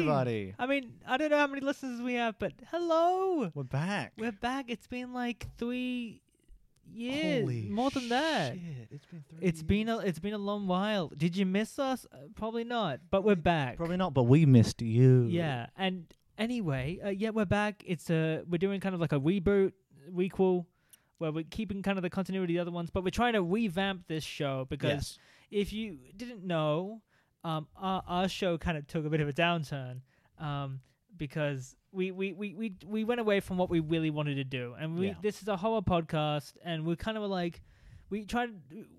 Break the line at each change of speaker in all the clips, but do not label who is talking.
I mean, I don't know how many listeners we have, but hello,
We're back.
we're back. It's been like three years,
Holy
more than that.
shit, It's been three
It's been
years.
a it's been a long while. Did you miss us? Uh, probably not, but we're back.
Probably not, but we missed you.
Yeah, and anyway, uh, yeah, we're back. It's a we're doing kind of like a reboot requel, where we're keeping kind of the continuity of the other ones, but we're trying to revamp this show because
Yes.
if you didn't know, um, our, our show kind of took a bit of a downturn um, because we, we, we, we, we went away from what we really wanted to do. And we
Yeah.
this is a horror podcast, and we kind of were like, we tried,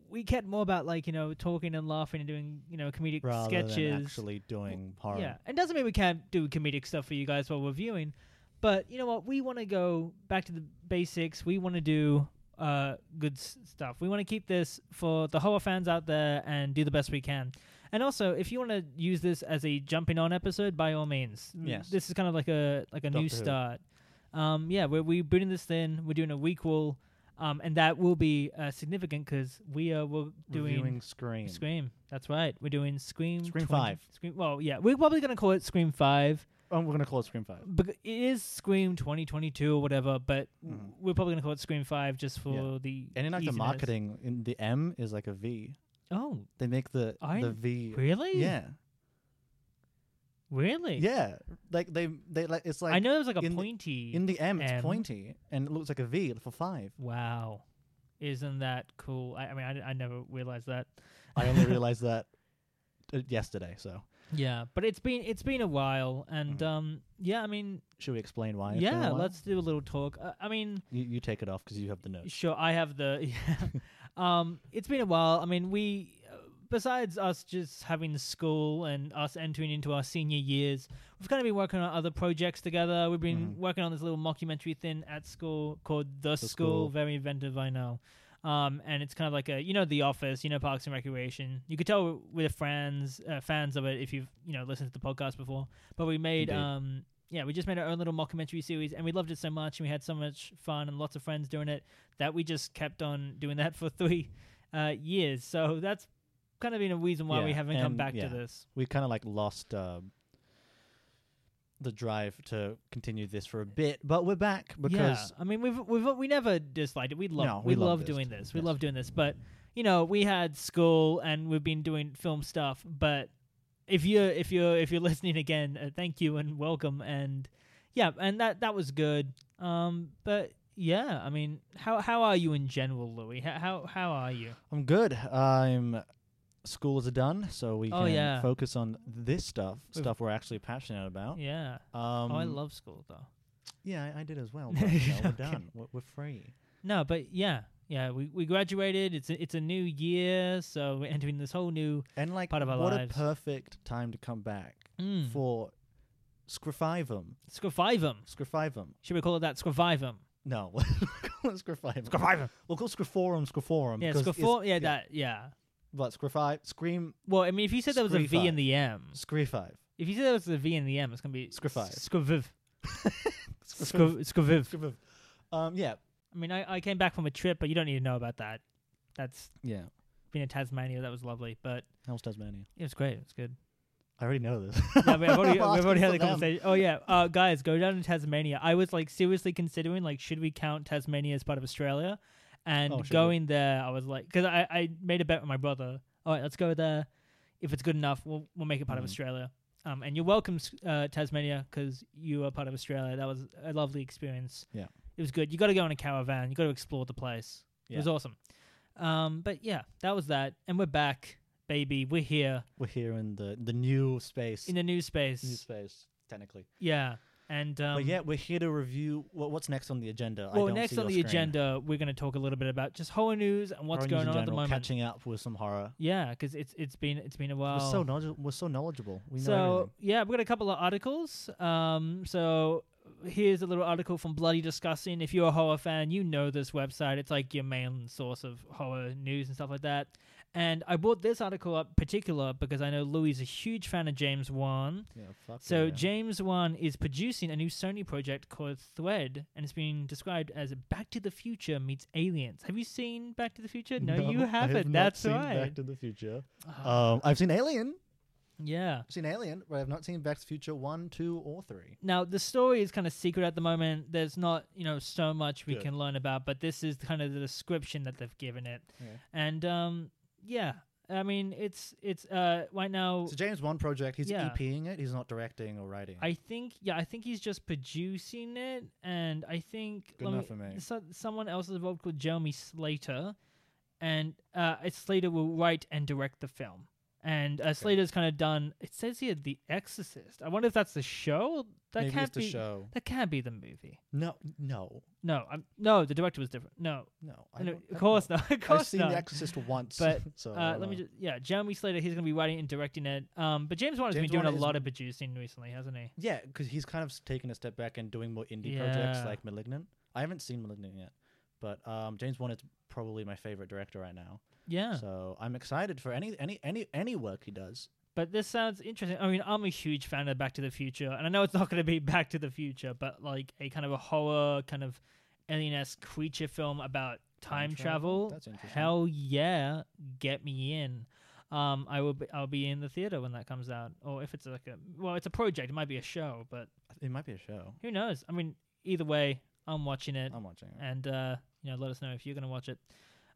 we cared more about like, you know, talking and laughing and doing, you know, comedic
Rather
sketches.
than actually doing horror.
Yeah, it doesn't mean we can't do comedic stuff for you guys while we're viewing, but you know what? We want to go back to the basics. We want to do uh, good s- stuff. We want to keep this for the horror fans out there and do the best we can. And also, if you want to use this as a jumping on episode, by all means. Mm,
Yes.
this is kind of like a like a new
Doctor Who.
start. Um, yeah, we're we booting this in. We're doing a week wall, um, and that will be uh, significant because we are we're doing
Reviewing Scream.
Scream. That's right. We're doing Scream.
Scream
20
five.
Scream. Well, yeah, we're probably gonna call it Scream Five.
Oh, we're gonna call it Scream Five.
But it is Scream 2022 or whatever. But w-
Mhm.
we're probably gonna call it Scream Five just for the
And in like the
easiness.
marketing, in the M is like a V.
Oh,
They make the
I-
the V.
really?
Yeah.
Really?
Yeah. Like they they like it's like
I know there was like a
in the-
pointy.
in the M,
M.
it's pointy and it looks like a V for five.
wow, isn't that cool? I, I mean, I, I never realized that.
I only realized that uh, yesterday. So
Yeah, but it's been it's been a while, and
Mhm.
um, yeah, I mean,
should we explain why? it's been a
yeah,
while?
let's do a little talk. Uh, I mean,
You, you take it off because you have the notes.
Sure, I have the. um, it's been a while. I mean, we uh, besides us just having school and us entering into our senior years, we've kind of been working on other projects together. We've been
Mhm.
working on this little mockumentary thing at school called The, school.
School.
Very inventive, I know. Um, and it's kind of like a you know The Office, you know Parks and Recreation. You could tell we're friends, uh, fans of it if you've you know listened to the podcast before. But we made
Indeed.
um yeah, we just made our own little mockumentary series and we loved it so much and we had so much fun and lots of friends doing it that we just kept on doing that for three uh years. So that's kind of been a reason why we
Yeah,
haven't come
and-
back to
yeah.
this.
We kind of like lost um, the drive to continue this for a bit, but we're back because
yeah, I mean we've we've we never disliked it. We love
No,
we,
we love
love
this.
doing this. We
Yes.
love doing this, but you know, we had school and we've been doing film stuff, but if you're if you're if you're listening again, uh, thank you and welcome and yeah, and that that was good. Um but yeah, I mean, how how are you in general, Louis? How how, how are you?
I'm good. I'm schools are done, so we
Oh,
can
yeah.
focus on this stuff,
We've-
stuff we're actually passionate about.
Yeah.
Um,
oh, I love school though.
Yeah, I, I did as well. But, you know, we're
Okay.
done. We're, we're free.
No, but yeah. Yeah, we, we graduated. It's a, it's a new year, so we're entering this whole new
And like,
Part of our
what
lives.
a perfect time to come back
mm,
for Scrifivum.
Scrivivum.
Scrifivum.
Should we call it that? Scrivivum.
No, we'll call it Scrifivum. We'll call Scriforum Scriforum.
Yeah,
because it's-
Scrifor. Yeah, that. Yeah.
But Scrifi, Scream,
Well, I mean, if you said there was a V in
Scrivi.
the M,
Scrifive.
if you said there was a V in the M, it's gonna be
Scrivi.
s- Scriviv. Scri- Scriviv.
Scrifive. Um, yeah.
I mean, I, I came back from a trip, but you don't need to know about that. That's
Yeah.
been in Tasmania. That was lovely, but
How's Tasmania?
it was great. It was good.
I already know this.
Yeah, but I've already,
I'm
we've already had the
asking for them.
conversation. Oh yeah, uh, guys, go down to Tasmania. I was like seriously considering like should we count Tasmania as part of Australia? And
Oh, should we?
going there, I was like, because I, I made a bet with my brother. All right, let's go there. If it's good enough, we'll we'll make it part of
Mhm.
Australia. Um, and you're welcome, S- uh, Tasmania, because you are part of Australia. That was a lovely experience.
Yeah.
it was good. You got to go on a caravan. You got to explore the place. It was
Yeah.
awesome. Um, but yeah, that was that, and we're back, baby. We're here
We're here in the the new space.
in the new space.
new space, technically.
Yeah, and um,
but yeah, we're here to review what, what's next on the agenda. I
Well,
don't
next
see
on the
your screen.
agenda, we're going to talk a little bit about just horror news and what's
Horror news
going on
in
at the
general,
moment.
Catching up with some horror.
Yeah, because it's it's been it's been a while.
We're so knowledge- we're so knowledgeable. We know
So,
everything.
yeah, we've got a couple of articles. Um, so here's a little article from Bloody Discussing. If you're a horror fan, you know this website. It's like your main source of horror news and stuff like that. And I brought this article up particular because I know Louis is a huge fan of James Wan.
Yeah, fuck
So
yeah.
James Wan is producing a new Sony project called Thread, and it's being described as Back to the Future meets Aliens. Have you seen Back to the Future? No, you
I have
haven't.
not
That's
seen uh,
right. Ah,
Back to the Future. Um, I've seen Alien.
Yeah.
I've seen Alien, but I've not seen Back to the Future 1, 2, or 3.
Now the story is kind of secret at the moment. There's not you know so much we
Good.
can learn about, but this is kind of the description that they've given it.
Okay.
And um, yeah, I mean it's it's uh right now.
It's a James Wan project. He's
Yeah.
EPing it. He's not directing or writing.
I think yeah, I think he's just producing it, and I think
Good
let
enough for me.
so- someone else is involved called Jeremy Slater, and uh, it's Slater will write and direct the film. And uh, Slater's kind of done. It says here The Exorcist. I wonder if that's the show. That
Maybe
can't
it's the
be.
show.
That can't be the movie.
No, no,
No, I'm, no, the director was different. No,
no.
no,
don't-
of
don't
course
know.
not. Of
I've
course
seen
not.
The Exorcist once.
But,
so I
uh,
don't
let me
know.
just yeah, Jeremy Slater. He's going to be writing and directing it. Um, but James Wan has
James
been doing
Wan
a
is-
lot of producing recently, hasn't he?
Yeah, because he's kind of s- taken a step back and doing more indie projects
Yeah.
like Malignant. I haven't seen Malignant yet, but um, James Wan is probably my favorite director right now.
Yeah.
So I'm excited for any any any any work he does.
But this sounds interesting. I mean, I'm a huge fan of Back to the Future, and I know it's not going to be Back to the Future, but like a kind of a horror, kind of alien-esque creature film about time,
Time
travel.
travel? That's interesting.
Hell yeah, get me in. Um, I will. Be, I'll be in the theater when that comes out, or if it's like a well, it's a project. It might be a show, but
It might be a show.
who knows? I mean, either way, I'm watching it,
I'm watching it.
and uh, you know, let us know if you're going to watch it.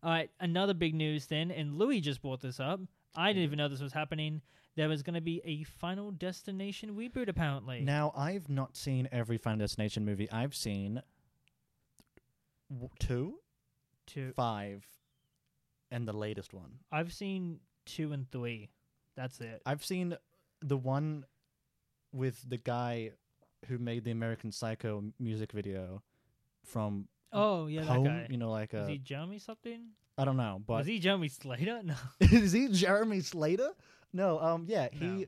All right, another big news then, and Louis just brought this up. I
Mm-hmm.
didn't even know this was happening. There was going to be a Final Destination reboot, apparently.
Now I've not seen every Final Destination movie. I've seen w- two,
two,
five, and the latest one.
I've seen two and three. That's it.
I've seen the one with the guy who made the American Psycho music video from
Oh yeah, that
Home.
guy.
You know, like
was
I
he Jeremy something?
I don't know, but
was he Jeremy Slater? No.
is he Jeremy Slater? No, um, yeah, he.
No.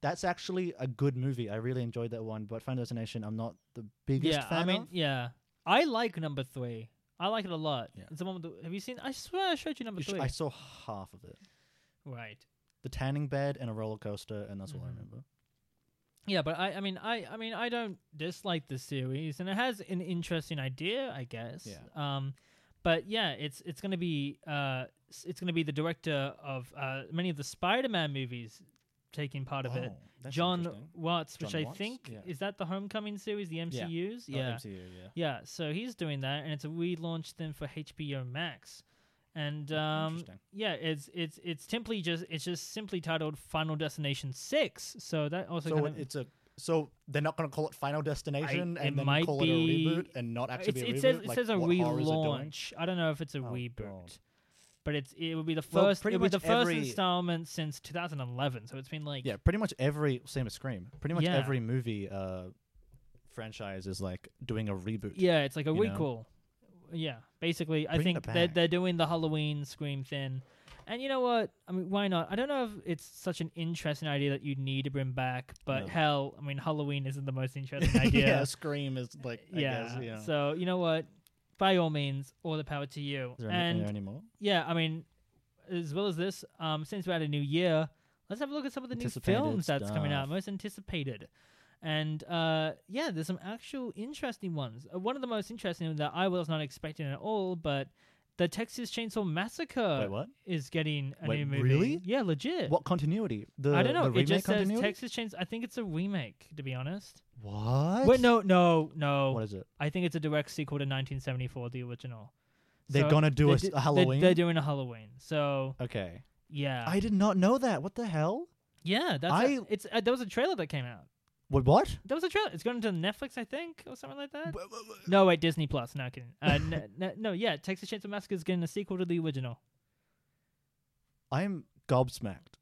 That's actually a good movie. I really enjoyed that one. But Final Destination, I'm not the biggest
yeah,
fan
I mean,
of.
yeah. I like number three. I like it a lot.
Yeah.
It's the one with the, have you seen? I swear I showed you number
You sh-
three.
I saw half of it.
right.
The tanning bed and a roller coaster, and that's all I
Mhm.
remember.
Yeah, but I, I mean, I, I mean, I don't dislike the series, and it has an interesting idea, I guess.
Yeah.
Um, but yeah, it's it's gonna be uh, s- it's gonna be the director of uh, many of the Spider-Man movies taking part of it,
Oh, that's
John
interesting.
Watts, which
John
I
Watts?
think
Yeah.
is that the Homecoming series, the MCU's.
Oh,
Yeah.
MCU, yeah.
Yeah, so he's doing that, and it's a relaunch then for HBO Max, and um,
Oh, Interesting.
yeah, it's it's it's simply just it's just simply titled Final Destination Six. So that also
So
kind of,
it's a so they're not going to call it Final Destination
it
and then
might
call
be- Uh,
it a reboot and not actually
It's-
be a
it
reboot.
says it
like
says a
what horror is it doing?
relaunch. I don't know if it's a
Oh,
reboot,
God.
but it's it would be the
Well,
first.
pretty
it would be the
much
first
every-
installment since 2011. So it's been like
Yeah, pretty much every same as Scream. Pretty much
Yeah.
every movie uh, franchise is like doing a reboot.
yeah, it's like a
you know?
requel. Yeah, basically, I
Bring it
think they're
back.
they're doing the Halloween Scream thing, and you know what? I mean, why not? I don't know if it's such an interesting idea that you need to bring back, but
No.
hell, I mean, Halloween isn't the most interesting idea.
yeah, Scream is like I
yeah.
guess, you know.
So you know what? By all means, all the power to you.
is there any,
and
are there any more?
yeah, I mean, as well as this, um, since we're at a new year, let's have a look at some of the new
Anticipated
films that's coming out,
stuff.
most anticipated. And uh, yeah, there's some actual interesting ones. Uh, one of the most interesting that I was not expecting at all, but the Texas Chainsaw Massacre
Wait, what?
is getting a
Wait,
new movie.
really?
uh, Yeah, legit.
What continuity? The
I don't know. It
The remake
just says
continuity?
Texas Chainsaw. I think it's a remake, to be honest.
what?
Wait, no, no, no.
What is it?
I think it's a direct sequel to 1974, the original.
They're
So
gonna do
they
a,
di-
s- a
they-
Halloween.
They're doing a Halloween. So
okay,
yeah,
I did not know that. What the hell?
Yeah, that's
I-
a, it's uh, there was a trailer that came out.
What? What?
There was a trailer. It's going to Netflix, I think, or something like that. No, wait, Disney Plus. No kidding. Uh, n- n- no, yeah, Texas Chainsaw Massacre is getting a sequel to the original.
I'm gobsmacked.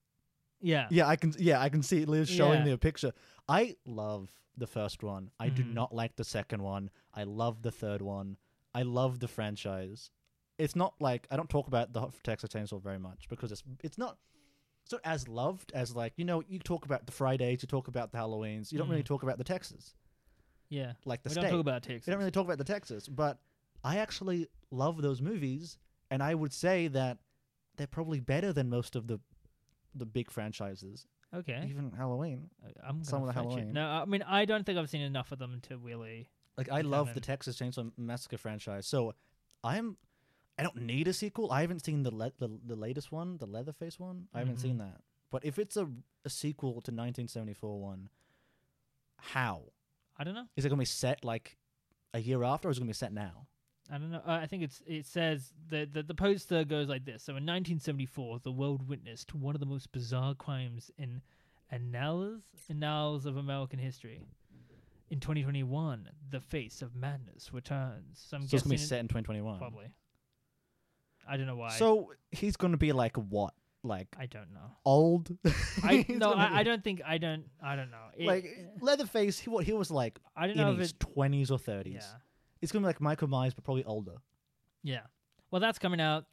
Yeah,
Yeah, I can. Yeah, I can see Liz showing
Yeah.
me a picture. I love the first one. I do
Mhm.
not like the second one. I love the third one. I love the franchise. It's not like I don't talk about the Texas Chainsaw very much because it's it's not it's not as loved as like you know you talk about the Fridays, you talk about the Halloweens, you don't really
Mm.
talk about the Texas
yeah.
like the
we
state.
don't talk about Texas.
you don't really talk about the Texas, but I actually love those movies, and I would say that they're probably better than most of the the big franchises,
okay,
even Halloween.
I- I'm
Some
gonna
of the
fight you.
Halloween.
No, I mean I don't think I've seen enough of them to really.
Like I
Okay,
love the
then.
Texas Chainsaw Massacre franchise, so I'm I don't need a sequel. I haven't seen the le- the, the latest one, the Leatherface one. I haven't
Mhm.
seen that. But if it's a, a sequel to 1974 one, how
I don't know.
is it going to be set like a year after, or is it going to be set now?
I don't know. Uh, I think it's it says the, the the poster goes like this. So in 1974, the world witnessed one of the most bizarre crimes in annals annals of American history. In 2021, the face of madness returns. So I'm
so it's
guessing
going to be
it-
set in 2021.
probably. I don't know why.
So he's going to be like what? Like
I don't know.
old?
I
He's
no,
gonna
I,
be-
I don't think I don't I don't know. It-
like Leatherface, he, what he was like
I don't know
in
if
his
it.
twenties or thirties.
Yeah,
It's gonna be like Michael Myers, but probably older.
yeah. Well, that's coming out.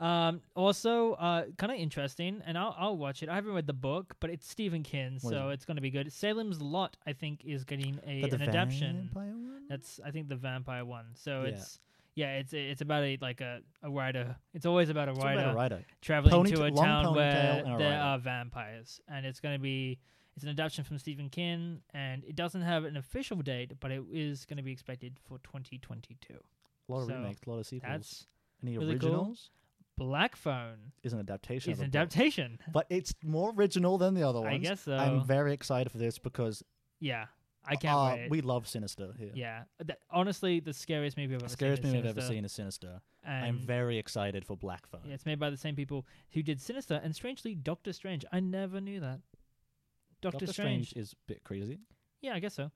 Um, also, uh, kind of interesting, and I'll I'll watch it. I haven't read the book, but it's Stephen King,
What is
so
it?
it's gonna be good. Salem's Lot, I think, is getting a
But the
an adaptation.
vampire one?
That's I think the vampire one. So
Yeah.
it's yeah, it's it's about a like a, a writer. It's always about a
It's all
writer
about a writer.
traveling to
Ponyta-
a
long
town
ponytail
where
and a
there
rider.
are vampires, and it's going to be it's an adaptation from Stephen King, and it doesn't have an official date, but it is going to be expected for 2022.
A lot of
So,
remakes, a lot of sequels.
That's
Any
really cool.
originals
Black Phone
is an adaptation.
is
of
an
a book.
adaptation.
but it's more original than the other ones.
I guess so.
I'm very excited for this because
yeah, I can't
uh,
wait.
we love Sinister here.
yeah, Th- honestly, the scariest movie I've ever
The scariest
seen.
movie
is
I've ever
Sinister,
seen is Sinister. I'm
and
very excited for Black Phone.
yeah, it's made by the same people who did Sinister and strangely Doctor Strange. I never knew that. Doctor,
Doctor
Strange
Strange is a bit crazy.
Yeah, I guess so.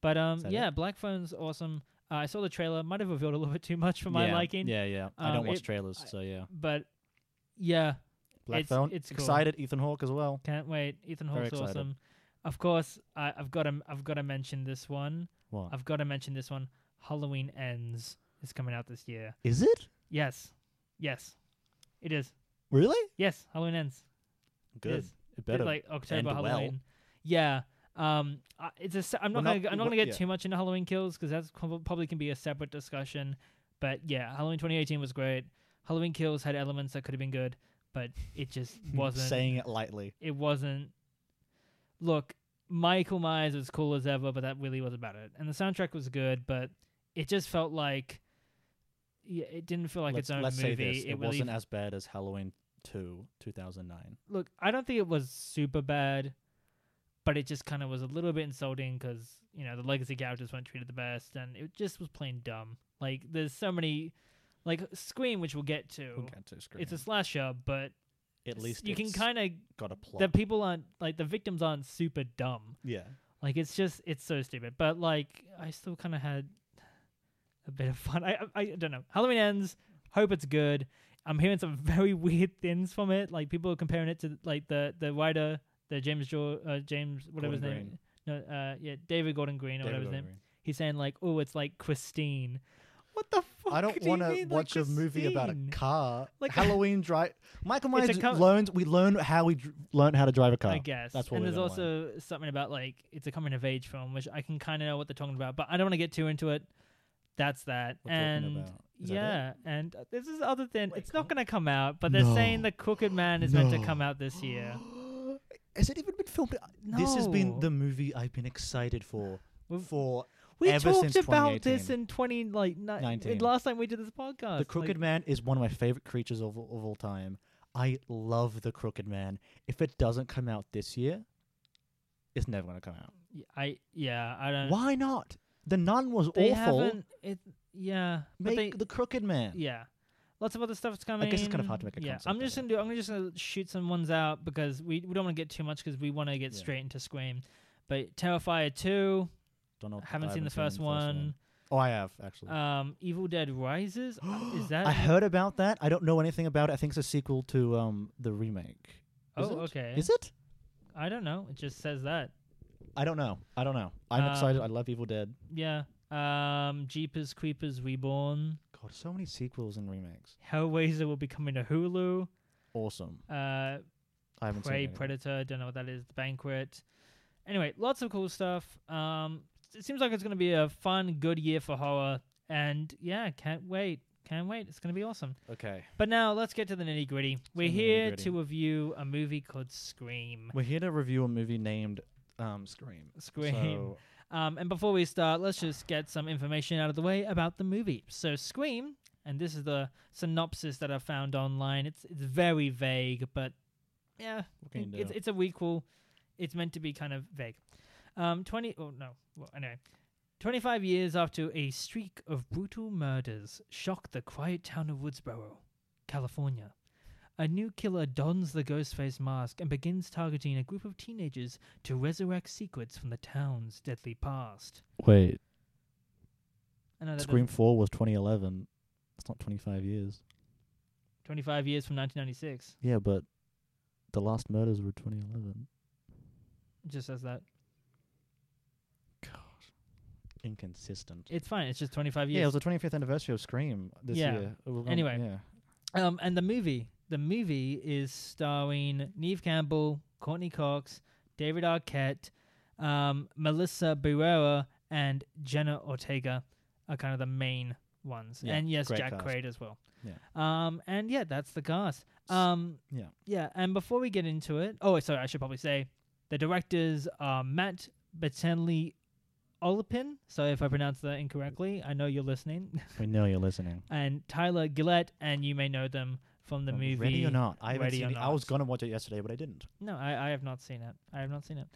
But um,
Is that
yeah, Black Phone's awesome. Uh, I saw the trailer. Might have revealed a little bit too much for my
yeah,
liking.
Yeah, yeah. I
Um,
don't watch
it-
trailers,
I-
so yeah.
But yeah,
Black
it's-
Phone.
it's cool.
excited. Ethan Hawke as well.
can't wait. Ethan
Very
Hawke's
excited.
awesome. Of course, I, I've got to. I've got to mention this one.
What
I've got to mention this one. Halloween Ends is coming out this year.
is it?
Yes, yes, it is.
Really?
Yes, Halloween Ends.
Good.
is.
It
It's
better.
like October
end well.
Halloween. Yeah. Um, I- it's a. se- I'm not
Well,
gonna.
not-
I'm not
well,
gonna get
yeah.
too much into Halloween kills because that's co- probably can be a separate discussion. But yeah, Halloween 2018 was great. Halloween kills had elements that could have been good, but it just wasn't.
saying it lightly.
It wasn't. Look, Michael Myers was cool as ever, but that really was about it. And the soundtrack was good, but it just felt like. Yeah, it didn't feel like
let's,
its own
let's
movie.
say this: it,
really
wasn't as bad as Halloween Two, two thousand nine.
look, I don't think it was super bad, but it just kind of was a little bit insulting because you know the legacy characters weren't treated the best, and it just was plain dumb. Like there's so many, like Scream, which we'll get to.
We'll get to Scream.
It's a slasher, but
At
s-
least
you can
it's
kind of
got a plot.
the people aren't like the victims aren't super dumb.
yeah,
Like it's just it's so stupid. But like I still kind of had a bit of fun. I, I I don't know. Halloween ends. Hope it's good. I'm hearing some very weird things from it. Like people are comparing it to like the the writer, the James Jaw, uh, James whatever
Gordon
his name. No, uh, yeah, David Gordon Green or
David
whatever his name.
Gordon Green.
He's saying like, oh, it's like Christine. What the fuck?
I don't
want
wanna
to
watch a movie about a car.
Like-
Like Halloween drive. Michael
It's a
Myers
co-
learns. We learn how we dr- learn how to drive a car.
I guess.
That's what
and
we
there's
don't
also something about like it's a coming of age film, which I can kind of know what they're talking about, but I don't want to get too into it. That's that.
We're
and
talking about. Is that it?
yeah, and uh, this is other thing.
Wait,
it's not
come-
going to come out, but they're saying
No.
the Crooked Man is meant to
No.
come out this year.
Has it even been filmed? This has been
No.
the movie I've been excited for
We've-
for
We
Ever
talked
since
about this
2018.
in 20 like ni-
19.
last time we did this podcast.
The Crooked
like,
Man is one of my favorite creatures of, of all time. I love The Crooked Man. If it doesn't come out this year, it's never going to come out.
y- I yeah, I don't
Why not? The Nun was
Uh, They
awful.
haven't it yeah, but
Make
they
The Crooked Man.
Yeah. Lots of other stuff's coming.
guess it's kind of hard to make a
yeah.
concept
I'm
of
just
it.
gonna do. I'm just gonna shoot some ones out because we, we don't want to get too much because we want to get
Yeah.
straight into Scream. But Terrifier two,
Don't know. I
haven't seen the
haven't
first one.
Oh, I have actually.
Um, Evil Dead Rises, Uh, is that?
I heard about that. I don't know anything about it. I think it's a sequel to um the remake.
oh,
Is it?
okay.
Is it?
I don't know. It just says that.
I don't know. I don't know. I'm
Um,
excited. I love Evil Dead.
Yeah. Um, Jeepers Creepers Reborn,
God, so many sequels and remakes.
Hellraiser will be coming to Hulu.
Awesome.
Uh,
I haven't
Prey,
seen it.
Predator, don't know what that is, The Banquet. Anyway, lots of cool stuff. Um, it seems like it's going to be a fun, good year for horror. And yeah, can't wait. Can't wait. It's going to be awesome.
Okay.
But now let's get to the nitty gritty. We're
the
here
nitty-gritty.
to review a movie called Scream.
We're here to review a movie named um, Scream.
Scream.
So,
Um, and before we start, let's just get some information out of the way about the movie. So, Scream, and this is the synopsis that I found online. It's it's very vague, but yeah,
What can you
It's,
do?
it's a weequel. It's meant to be kind of vague. Um, 20, oh no, well, anyway. 25 years after a streak of brutal murders shocked the quiet town of Woodsboro, California, a new killer dons the Ghostface mask and begins targeting a group of teenagers to resurrect secrets from the town's deadly past.
Wait,
I know that
Scream Four was 2011. It's not 25 years.
doesn't- 25 years from 1996.
Yeah, but the last murders were 2011.
It just says that.
Inconsistent.
It's fine. It's just 25
Yeah, it
years.
was the 25th anniversary of Scream this
Yeah.
year. It was on-
Anyway.
yeah.
Um, and the movie, the movie is starring Neve Campbell, Courtney Cox, David Arquette, um, Melissa Barrera, and Jenna Ortega are kind of the main ones,
Yeah,
and yes,
great
Jack
cast.
Quaid as well. Um, and yeah, that's the cast.
S-
Um,
yeah.
yeah. And before we get into it, oh, sorry, I should probably say the directors are Matt Bettenley Olipin. So if I pronounce that incorrectly, I know you're listening
We know you're listening.
and Tyler Gillette, and you may know them from the
Um,
movie.
Ready or not? I haven't
Ready
seen
or
it. I was
Not.
gonna watch it yesterday, but I didn't.
No, I, I have not seen it. I have not seen it.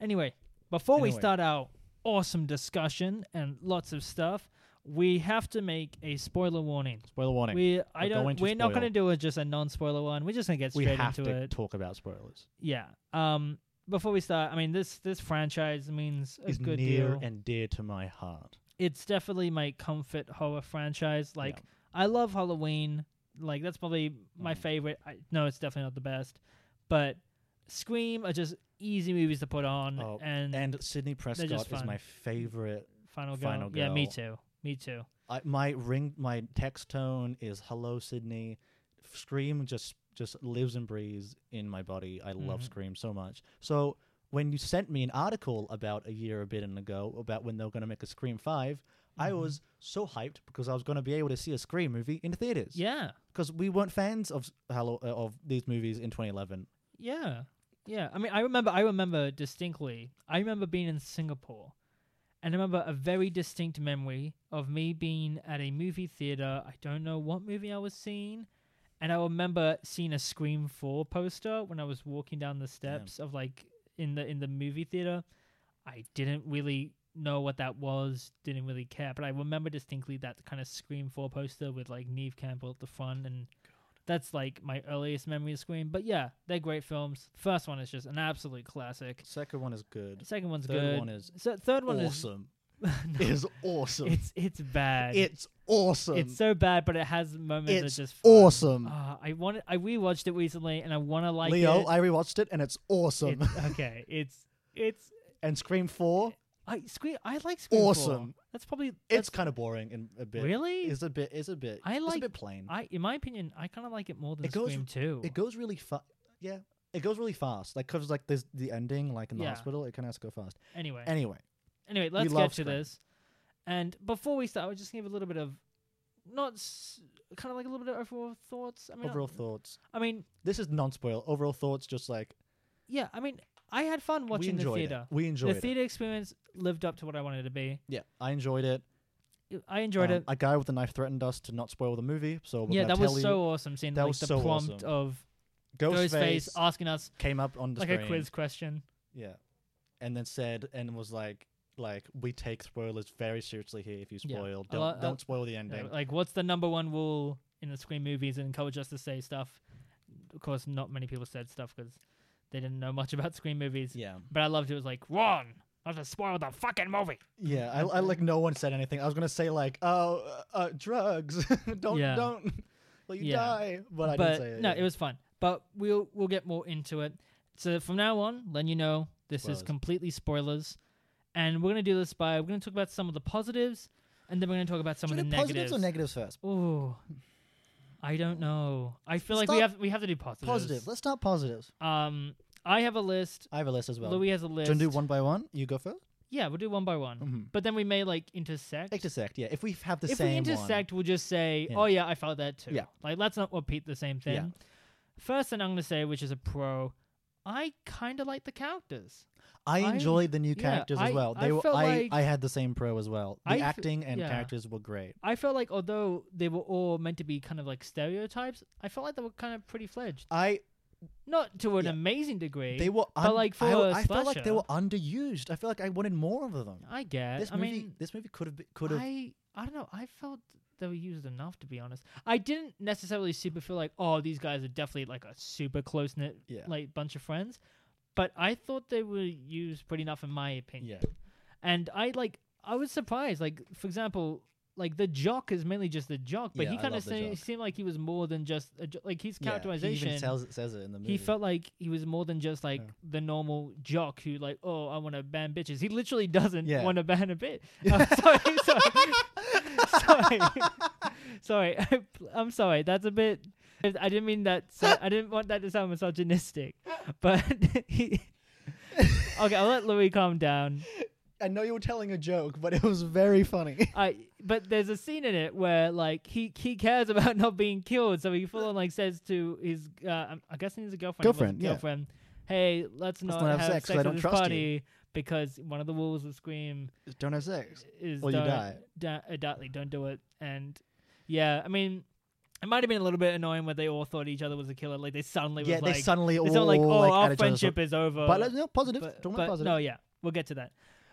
Anyway, before we
Anyway.
start our awesome discussion and lots of stuff, we have to make a spoiler warning.
Spoiler warning. We,
We I
We're
don't.
going to
we're not
spoil.
going to do a, just a non-spoiler one. We're just going to get straight
have
into
to
it.
talk about spoilers.
Yeah. Um. Before we start, I mean this this franchise means a
It's
good
near
deal.
and dear to my heart.
it's definitely my comfort horror franchise. Like
Yeah.
I love Halloween. Like that's probably my
Mm.
favorite. I, no, it's definitely not the best, but Scream are just easy movies to put on.
Oh,
and,
and Sydney Prescott is
Mm. fun.
my favorite.
Final Girl.
Final
Yeah, me
Girl.
too. Me too.
I, my ring, my text tone is "Hello, Sydney." Scream just just lives and breathes in my body. I love
Mhm.
Scream so much. So when you sent me an article about a year a bit and ago about when they were going to make a Scream 5 I
Mhm.
was so hyped because I was going to be able to see a Scream movie in theaters.
Yeah.
because we weren't fans of Hello uh, of these movies in 2011.
Yeah. Yeah. I mean, I remember. I remember distinctly. I remember being in Singapore, and I remember a very distinct memory of me being at a movie theater. I don't know what movie I was seeing, and I remember seeing a Scream Four poster when I was walking down the steps of like in the in the movie theater. I didn't really know what that was. Didn't really care, but I remember distinctly that kind of Scream Four poster with like Neve Campbell at the front and that's like my earliest memory of Scream. But yeah, they're great films. First one is just an absolute classic.
Second one is good.
The second one's
Third
good.
one is
so third one
awesome.
is
It is awesome. It's,
it's it's bad.
awesome.
It's so bad, but it has moments that
It's
are just fun.
awesome.
Ah, I wanted I rewatched it recently, and I want to like
Leo,
it.
I rewatched it and it's awesome.
It's- okay, it's it's
and Scream Four,
I Scream. I like Scream. four.
Awesome.
That's probably
it's kind of boring and a bit.
really.
It's a bit. It's a bit.
I
it's
like-
a bit plain.
I in my opinion, I kind of like it more than
It goes-
Scream Two.
it goes really fast. Yeah, it goes really fast. Like cause like there's the ending, like in the
Yeah.
hospital, it kind of has to go fast.
anyway,
Anyway,
anyway, let's
love
get to
Scream.
this. And before we start, I would just give a little bit of not s- kind of like a little bit of overall thoughts. I mean,
overall
I,
thoughts.
I mean,
This is non-spoil. Overall thoughts, just like
yeah, I mean, I had fun watching
we
the
enjoyed
theater.
it. We
The
enjoyed it.
theater experience lived up to what I wanted it to be.
Yeah, I enjoyed it.
I enjoyed
Um,
it.
A guy with a knife threatened us to not spoil the movie, so we're
yeah,
gonna
that
tell
was
you.
so awesome seeing
that
like
was
the
so
prompt
awesome.
of
Ghostface,
Ghostface asking us
came up on the
like
screen,
a quiz question.
yeah, and then said and was like, like we take spoilers very seriously here. If you
Yeah.
spoil,
A
don't
lot- a-
don't spoil the
you know,
ending.
like, what's the number one rule in the Scream movies and encourage us to say stuff? Of course, not many people said stuff because they didn't know much about Scream movies.
yeah,
But I loved it. It was like, Ron, not to spoil the fucking movie.
yeah. I, I like no one said anything. I was gonna say like, oh, uh, uh, drugs. don't
Yeah.
don't. Well, you
Yeah.
die, but I
but
didn't say it.
no,
yeah.
it was fun. But we'll we'll get more into it. So from now on, letting you know this
Spoilers.
is completely spoilers, and we're gonna do this by we're gonna talk about some of the positives, and then we're gonna talk about some
Should
of
we
the
do positives
negatives.
or negatives first.
Ooh, I don't know. I feel like we
Stop.
have we have to do positives.
Positives. Let's start positives.
Um, I have a list.
I have a list as well.
Louis has a
do you
list.
want to do one by one? You go first.
Yeah, we'll do one by one.
Mm-hmm.
But then we may like intersect.
Intersect. Yeah. If we have the
if we
same one.
intersect, we'll just say,
Yeah.
"Oh yeah, I felt that too."
Yeah.
Like let's not repeat the same thing.
Yeah.
First thing I'm gonna say, which is a pro, I kind of like the characters.
I
I-
enjoyed the new
yeah,
characters
I-
as well.
I
They were
felt
I,
like-
I had the same pro as well. The
I f-
acting and
yeah.
characters were great.
I felt like although they were all meant to be kind of like stereotypes, I felt like they were kind of pretty fledged.
I
not to an
Yeah.
amazing degree.
They were
But, like, for
I,
a
I felt like they
slasher-
were underused. I feel like I wanted more of them.
I guess.
This
I
movie,
mean,
this movie could have been- could have.
I I don't know. I felt they were used enough to be honest. I didn't necessarily super feel like oh these guys are definitely like a super close knit
Yeah.
like bunch of friends, but I thought they were used pretty enough in my opinion.
Yeah,
And I like I was surprised. Like for example, like the jock is mainly just the jock, but
Yeah,
he
I
kind of
love the jock.
seemed like he was more than just a jo- like his
yeah,
characterization.
He even tells it, says it in the movie.
He felt like he was more than just like
Yeah.
the normal jock who like, oh, I want to ban bitches. He literally doesn't
Yeah.
want to ban a bit. Uh, sorry, sorry, sorry, sorry. I'm sorry. That's a bit. I didn't mean that. So, I didn't want that to sound misogynistic. But he, okay, I'll let Louis calm down.
I know you were telling a joke, but it was very funny.
I but there's a scene in it where like he he cares about not being killed, so he full on like says to his uh, I'm, I'm guessing he's a girlfriend, it was
Girlfriend, yeah.
girlfriend, hey, let's not, have, sex,
'cause I
at
don't
this
trust you."
party because one of the rules of Scream
Don't have sex.
is
Or you
don't,
die.
da- uh, da- like, don't do it. And yeah, I mean, it might have been a little bit annoying where they all thought each other was a killer. Like they suddenly
yeah,
was
they
like
suddenly all
they sound like oh
at
our
each other's-
friendship is over.
But let's no positive.
but,
Don't
but-
want positive.
no, yeah, we'll get to that.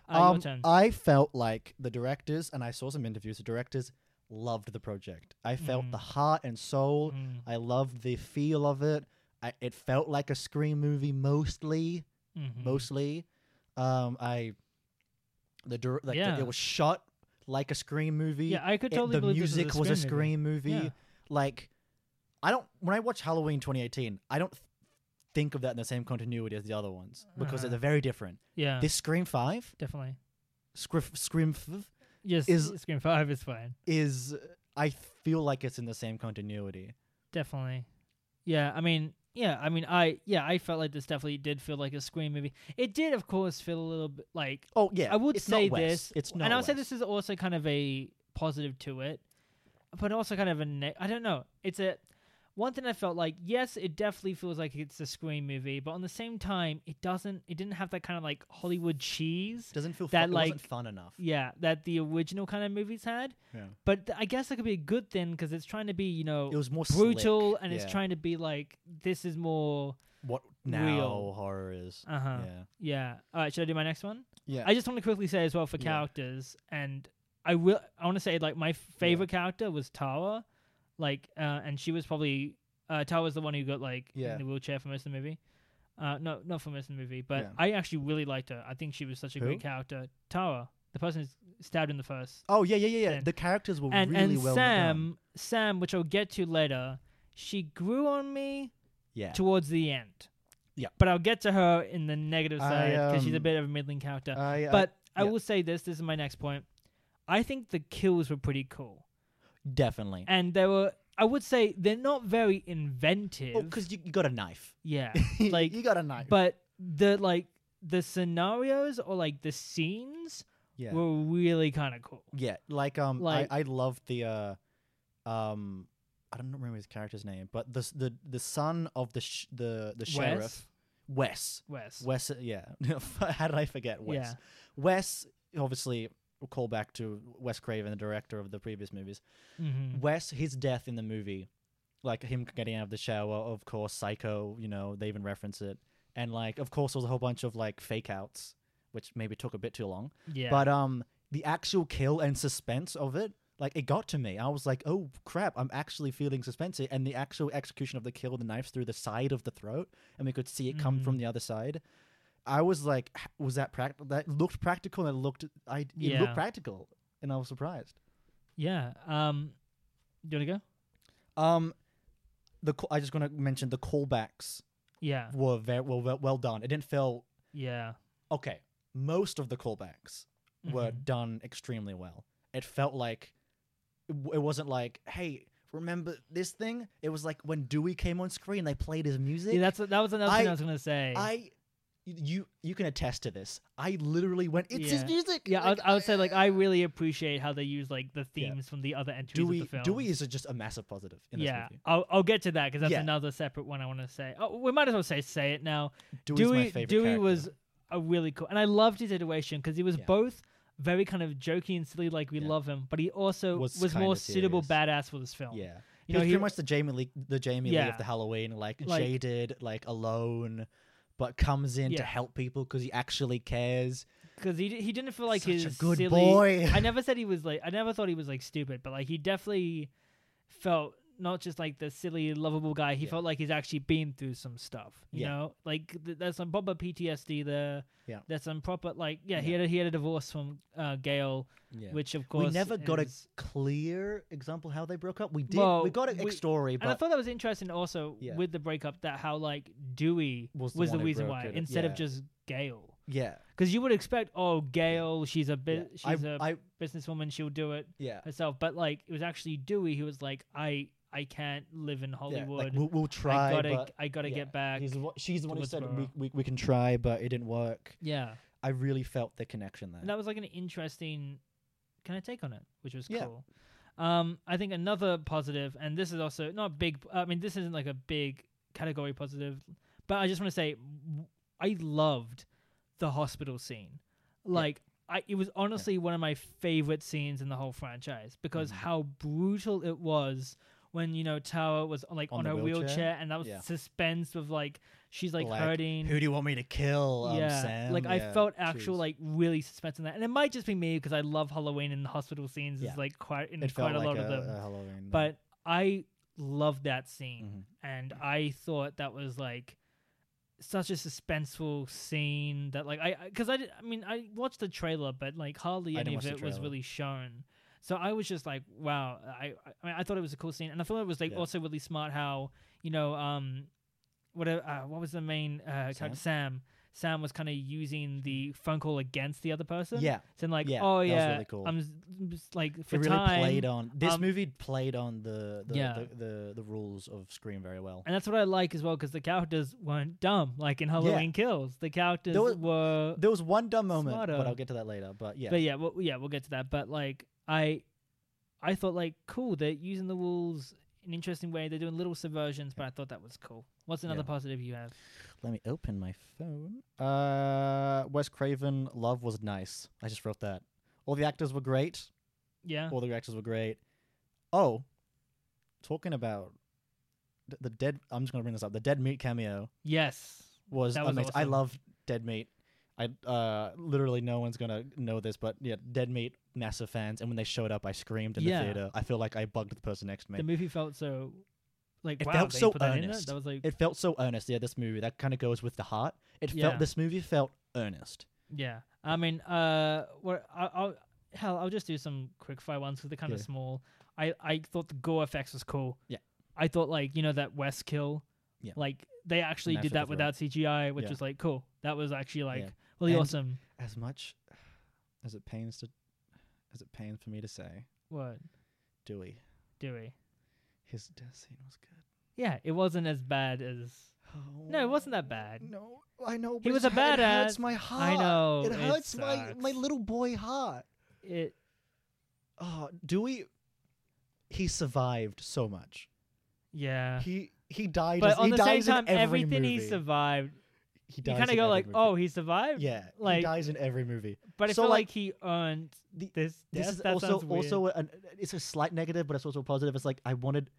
Uh, your
um,
turn.
I felt like the directors, and I saw some interviews. The directors loved the project. I felt
Mm.
the heart and soul.
Mm,
I loved the feel of it. I, it felt like a scream movie mostly.
mhm.
Mostly, um, I the dir- like the-
Yeah.
it was shot like a scream movie.
yeah, I could
It-
totally
the
believe this
music was a
movie.
scream movie.
Yeah.
Like, I don't. When I watch Halloween 2018, I don't th- think of that in the same continuity as the other ones because
Uh-huh.
they're very different.
Yeah,
This Scream Five,
definitely.
Scrif, Scream F-
Yes,
is-
Scream Five is fine.
is I feel like it's in the same continuity.
Definitely. Yeah, I mean, yeah, I mean, I yeah, I felt like this definitely did feel like a Scream movie. It did, of course, feel a little bit like
Oh yeah,
I would
it's not
say
Wes.
this.
It's not.
and I would say
Wes.
this is also kind of a positive to it, but also kind of a ne- I don't know. It's a one thing I felt like yes, it definitely feels like it's a Scream movie, but on the same time, it doesn't. It didn't have that kind of like Hollywood cheese.
doesn't feel
that,
fun. it
like-
wasn't fun enough.
Yeah, that the original kind of movies had.
Yeah.
But th- I guess that could be a good thing because it's trying to be, you know,
It was more
brutal
slick.
and it's
Yeah.
trying to be like this is more
what now
real.
horror is.
uh-huh yeah.
Yeah,
all right should i do my next one
yeah.
i just want to quickly say as well for
Yeah.
characters and i will i want to say like my favorite character was tara like uh and she was probably uh tara was the one who got like
Yeah.
in the wheelchair for most of the movie uh no not for most of the movie but
Yeah.
i actually really liked her i think she was such a
Who?
great character tara the person who's stabbed in the first
oh yeah, yeah, yeah, yeah.
And-
The characters were
and
really
and
well done.
sam sam which i'll get to later she grew on me
Yeah,
towards the end.
Yeah.
But I'll get to her in the negative
I,
side because she's a
um,
bit of a middling character.
I- I-
but I,
yeah.
will say this this is my next point. I think the kills were pretty cool.
definitely.
And they were, I would say, they're not very inventive.
Oh, because you, you got a knife.
yeah.
like
Like,
you got a knife.
but the, like, the scenarios or, like, the scenes
yeah,
were really kind of cool.
yeah. Like um,
like-
I, I loved the uh, um, I don't remember his character's name, but the s- the the son of the sh- the the sheriff
Wes.
Wes.
Wes.
Wes, uh, yeah. How did I forget Wes?
Yeah.
Wes, obviously, we'll call back to Wes Craven, the director of the previous movies.
Mhm.
Wes, his death in the movie, like him getting out of the shower, of course, psycho, you know, they even reference it. And like, of course, there was a whole bunch of like fake outs, which maybe took a bit too long.
Yeah.
But um, the actual kill and suspense of it, like it got to me. I was like, oh crap, I'm actually feeling suspense. here." And the actual execution of the kill, the knife through the side of the throat, and we could see it come
Mm-hmm.
from the other side. I was like, "H- was that practical? That looked practical, and it looked, I it
Yeah.
looked practical, and I was surprised.
yeah. Um, do you want to go?
Um, the ca- I just gonna mention the callbacks
Yeah.
were very well, well well done. It didn't feel
Yeah.
okay. Most of the callbacks were
Mhm.
done extremely well. It felt like it w- it wasn't like, hey, remember this thing? It was like when Dewey came on screen, they played his music.
Yeah, that's that was another thing
I-
I was gonna say.
I you you can attest to this. I literally went, it's his
Yeah.
music.
Yeah,
Like, uh,
I, I would say like I really appreciate how they use like the themes from the other entries of
Dewey
the film.
Dewey is just a massive positive in this
yeah,
movie.
I'll I'll get to that because that's
Yeah.
another separate one I want to say. Oh, we might as well say say it now.
Dewey's
Dewey
my favorite
Dewey
character.
was a really cool, and I loved his iteration because he was
Yeah.
both very kind of jokey and silly, like we
Yeah.
love him, but he also
Was
was, more
kinda
suitable
serious.
badass for this film.
yeah.
You know,
he's
he,
pretty much the Jamie Lee, the Jamie Lee
Yeah.
of the Halloween, like,
Like-
jaded, like alone, but comes in
Yeah.
to help people because he actually cares.
because he, d- he didn't feel like
Such
his
a good
silly,
boy.
I never said he was like I never thought he was like stupid, but like he definitely felt not just like the silly lovable guy. He
Yeah.
felt like he's actually been through some stuff. You
Yeah.
know, like th- there's some proper PTSD there.
Yeah.
there's some proper like yeah, he
Yeah.
had a, he had a divorce from uh, Gail,
Yeah.
which of course
we never got
is-
a clear example how they broke up. We did.
Well,
we got a
we-
story, but
And I thought that was interesting also
Yeah.
with the breakup that how like Dewey
Was
was
the
the,
one who
reason
broke
why
it.
instead
Yeah.
of just Gail.
yeah,
Because you would expect, oh, Gail, she's a
yeah.
bit,
I,
she's a
I-
businesswoman, she'll do it
yeah,
herself. But like, it was actually Dewey who was like, I, I can't live in
yeah.
Hollywood.
Like, we'll, we'll try.
I gotta,
but
I gotta
yeah.
get back.
He's the one- she's the
to
one who said we,
Woodsboro.
we we can try, but it didn't work.
Yeah,
I really felt the connection there.
and that was like an interesting kind of take on it, which was
Yeah.
cool. Um, I think another positive, and this is also not big. I mean, this isn't like a big category positive, but I just want to say w- I loved the hospital scene. Like, I it was honestly one of my favorite scenes in the whole franchise because
Mhm.
how brutal it was. When you know Tara was like
On
on,
the
her
wheelchair?
wheelchair, and that was
Yeah.
suspense of like she's like,
Like,
hurting.
Who do you want me to kill? Um,
yeah,
Sam?
like I
Yeah,
felt actual
jeez.
like really suspense in that, and it might just be me because I love Halloween and the hospital scenes
Yeah.
is like quite in
it felt
quite a
like
lot
a, uh,
of them.
a Halloween.
but I love that scene,
Mhm.
and I thought that was like such a suspenseful scene that like I because I, did, I mean I watched the trailer, but like hardly
I didn't
any
watch
of
the
it was
trailer.
really shown. So I was just like, wow. I I, I mean, I thought it was a cool scene, and I thought it was like
Yeah.
also really smart how you know um what uh, what was the main uh,
Sam?
character Sam. Sam was kind of using the phone call against the other person.
yeah,
So I'm like,
Yeah,
oh
that was
yeah,
really cool.
I'm s- s- like for
it really
time,
played on this
um,
movie played on the the,
Yeah.
the, the the rules of Scream very well.
And that's what I like as well because the characters weren't dumb like in Halloween Kills. The characters
There was-
were,
There was one dumb moment, but
Smarter.
I'll get to that later. But yeah,
but yeah, well, yeah, we'll get to that. But like, I, I thought like cool they're using the rules in an interesting way. They're doing little subversions, but I thought that was cool. What's another
Yeah.
positive you have?
let me open my phone. Uh, Wes Craven, Love was nice. I just wrote that. All the actors were great.
Yeah,
All the actors were great. Oh, talking about th- the dead. I'm just gonna bring this up. The dead meat cameo
yes,
was,
That was
amazing. I
awesome.
love dead meat. I uh, literally no one's gonna know this, but yeah, dead meat, massive fans. And when they showed up, I screamed in
Yeah.
the theater. I feel like I bugged the person next to me.
the movie felt so like
It
wow,
felt
they
so
put that in there?
earnest.
That was like
it felt so earnest. Yeah, this movie that kind of goes with the heart. It
Yeah.
felt this movie felt earnest.
Yeah, I mean, uh, what I, I'll hell, I'll just do some quick fire ones because they're kind of
Yeah.
small. I I thought the gore effects was cool.
Yeah.
I thought like you know that West kill.
Yeah.
Like they actually
Knife
did
to the
that
throat.
without CGI, which
Yeah.
was like cool. That was actually like
Yeah.
really
And-
awesome.
As much as it pains to, as it pains for me to say,
What
Dewey,
do we?
his death scene was good. Oh.
Yeah, it wasn't as bad as no, it wasn't that bad.
No, I know.
He
but
was
it's-
a
It hurts
badass.
my
I
heart.
know
Ah, It hurts my
sucks.
my little boy heart.
It
Oh, Dewey, he survived so much.
yeah.
He he died.
but
as-
on
he
the same
dies
time,
in every
everything
movie.
he survived,
He
you
dies
kind of
in
go
every
like,
movie.
"Oh, he survived."
yeah, he
like-
dies in every movie.
but I
so,
feel
like,
like, he earned
the-
this.
this
death.
is
That
also
sounds weird.
also an, it's a slight negative, but it's also a positive. It's like I wanted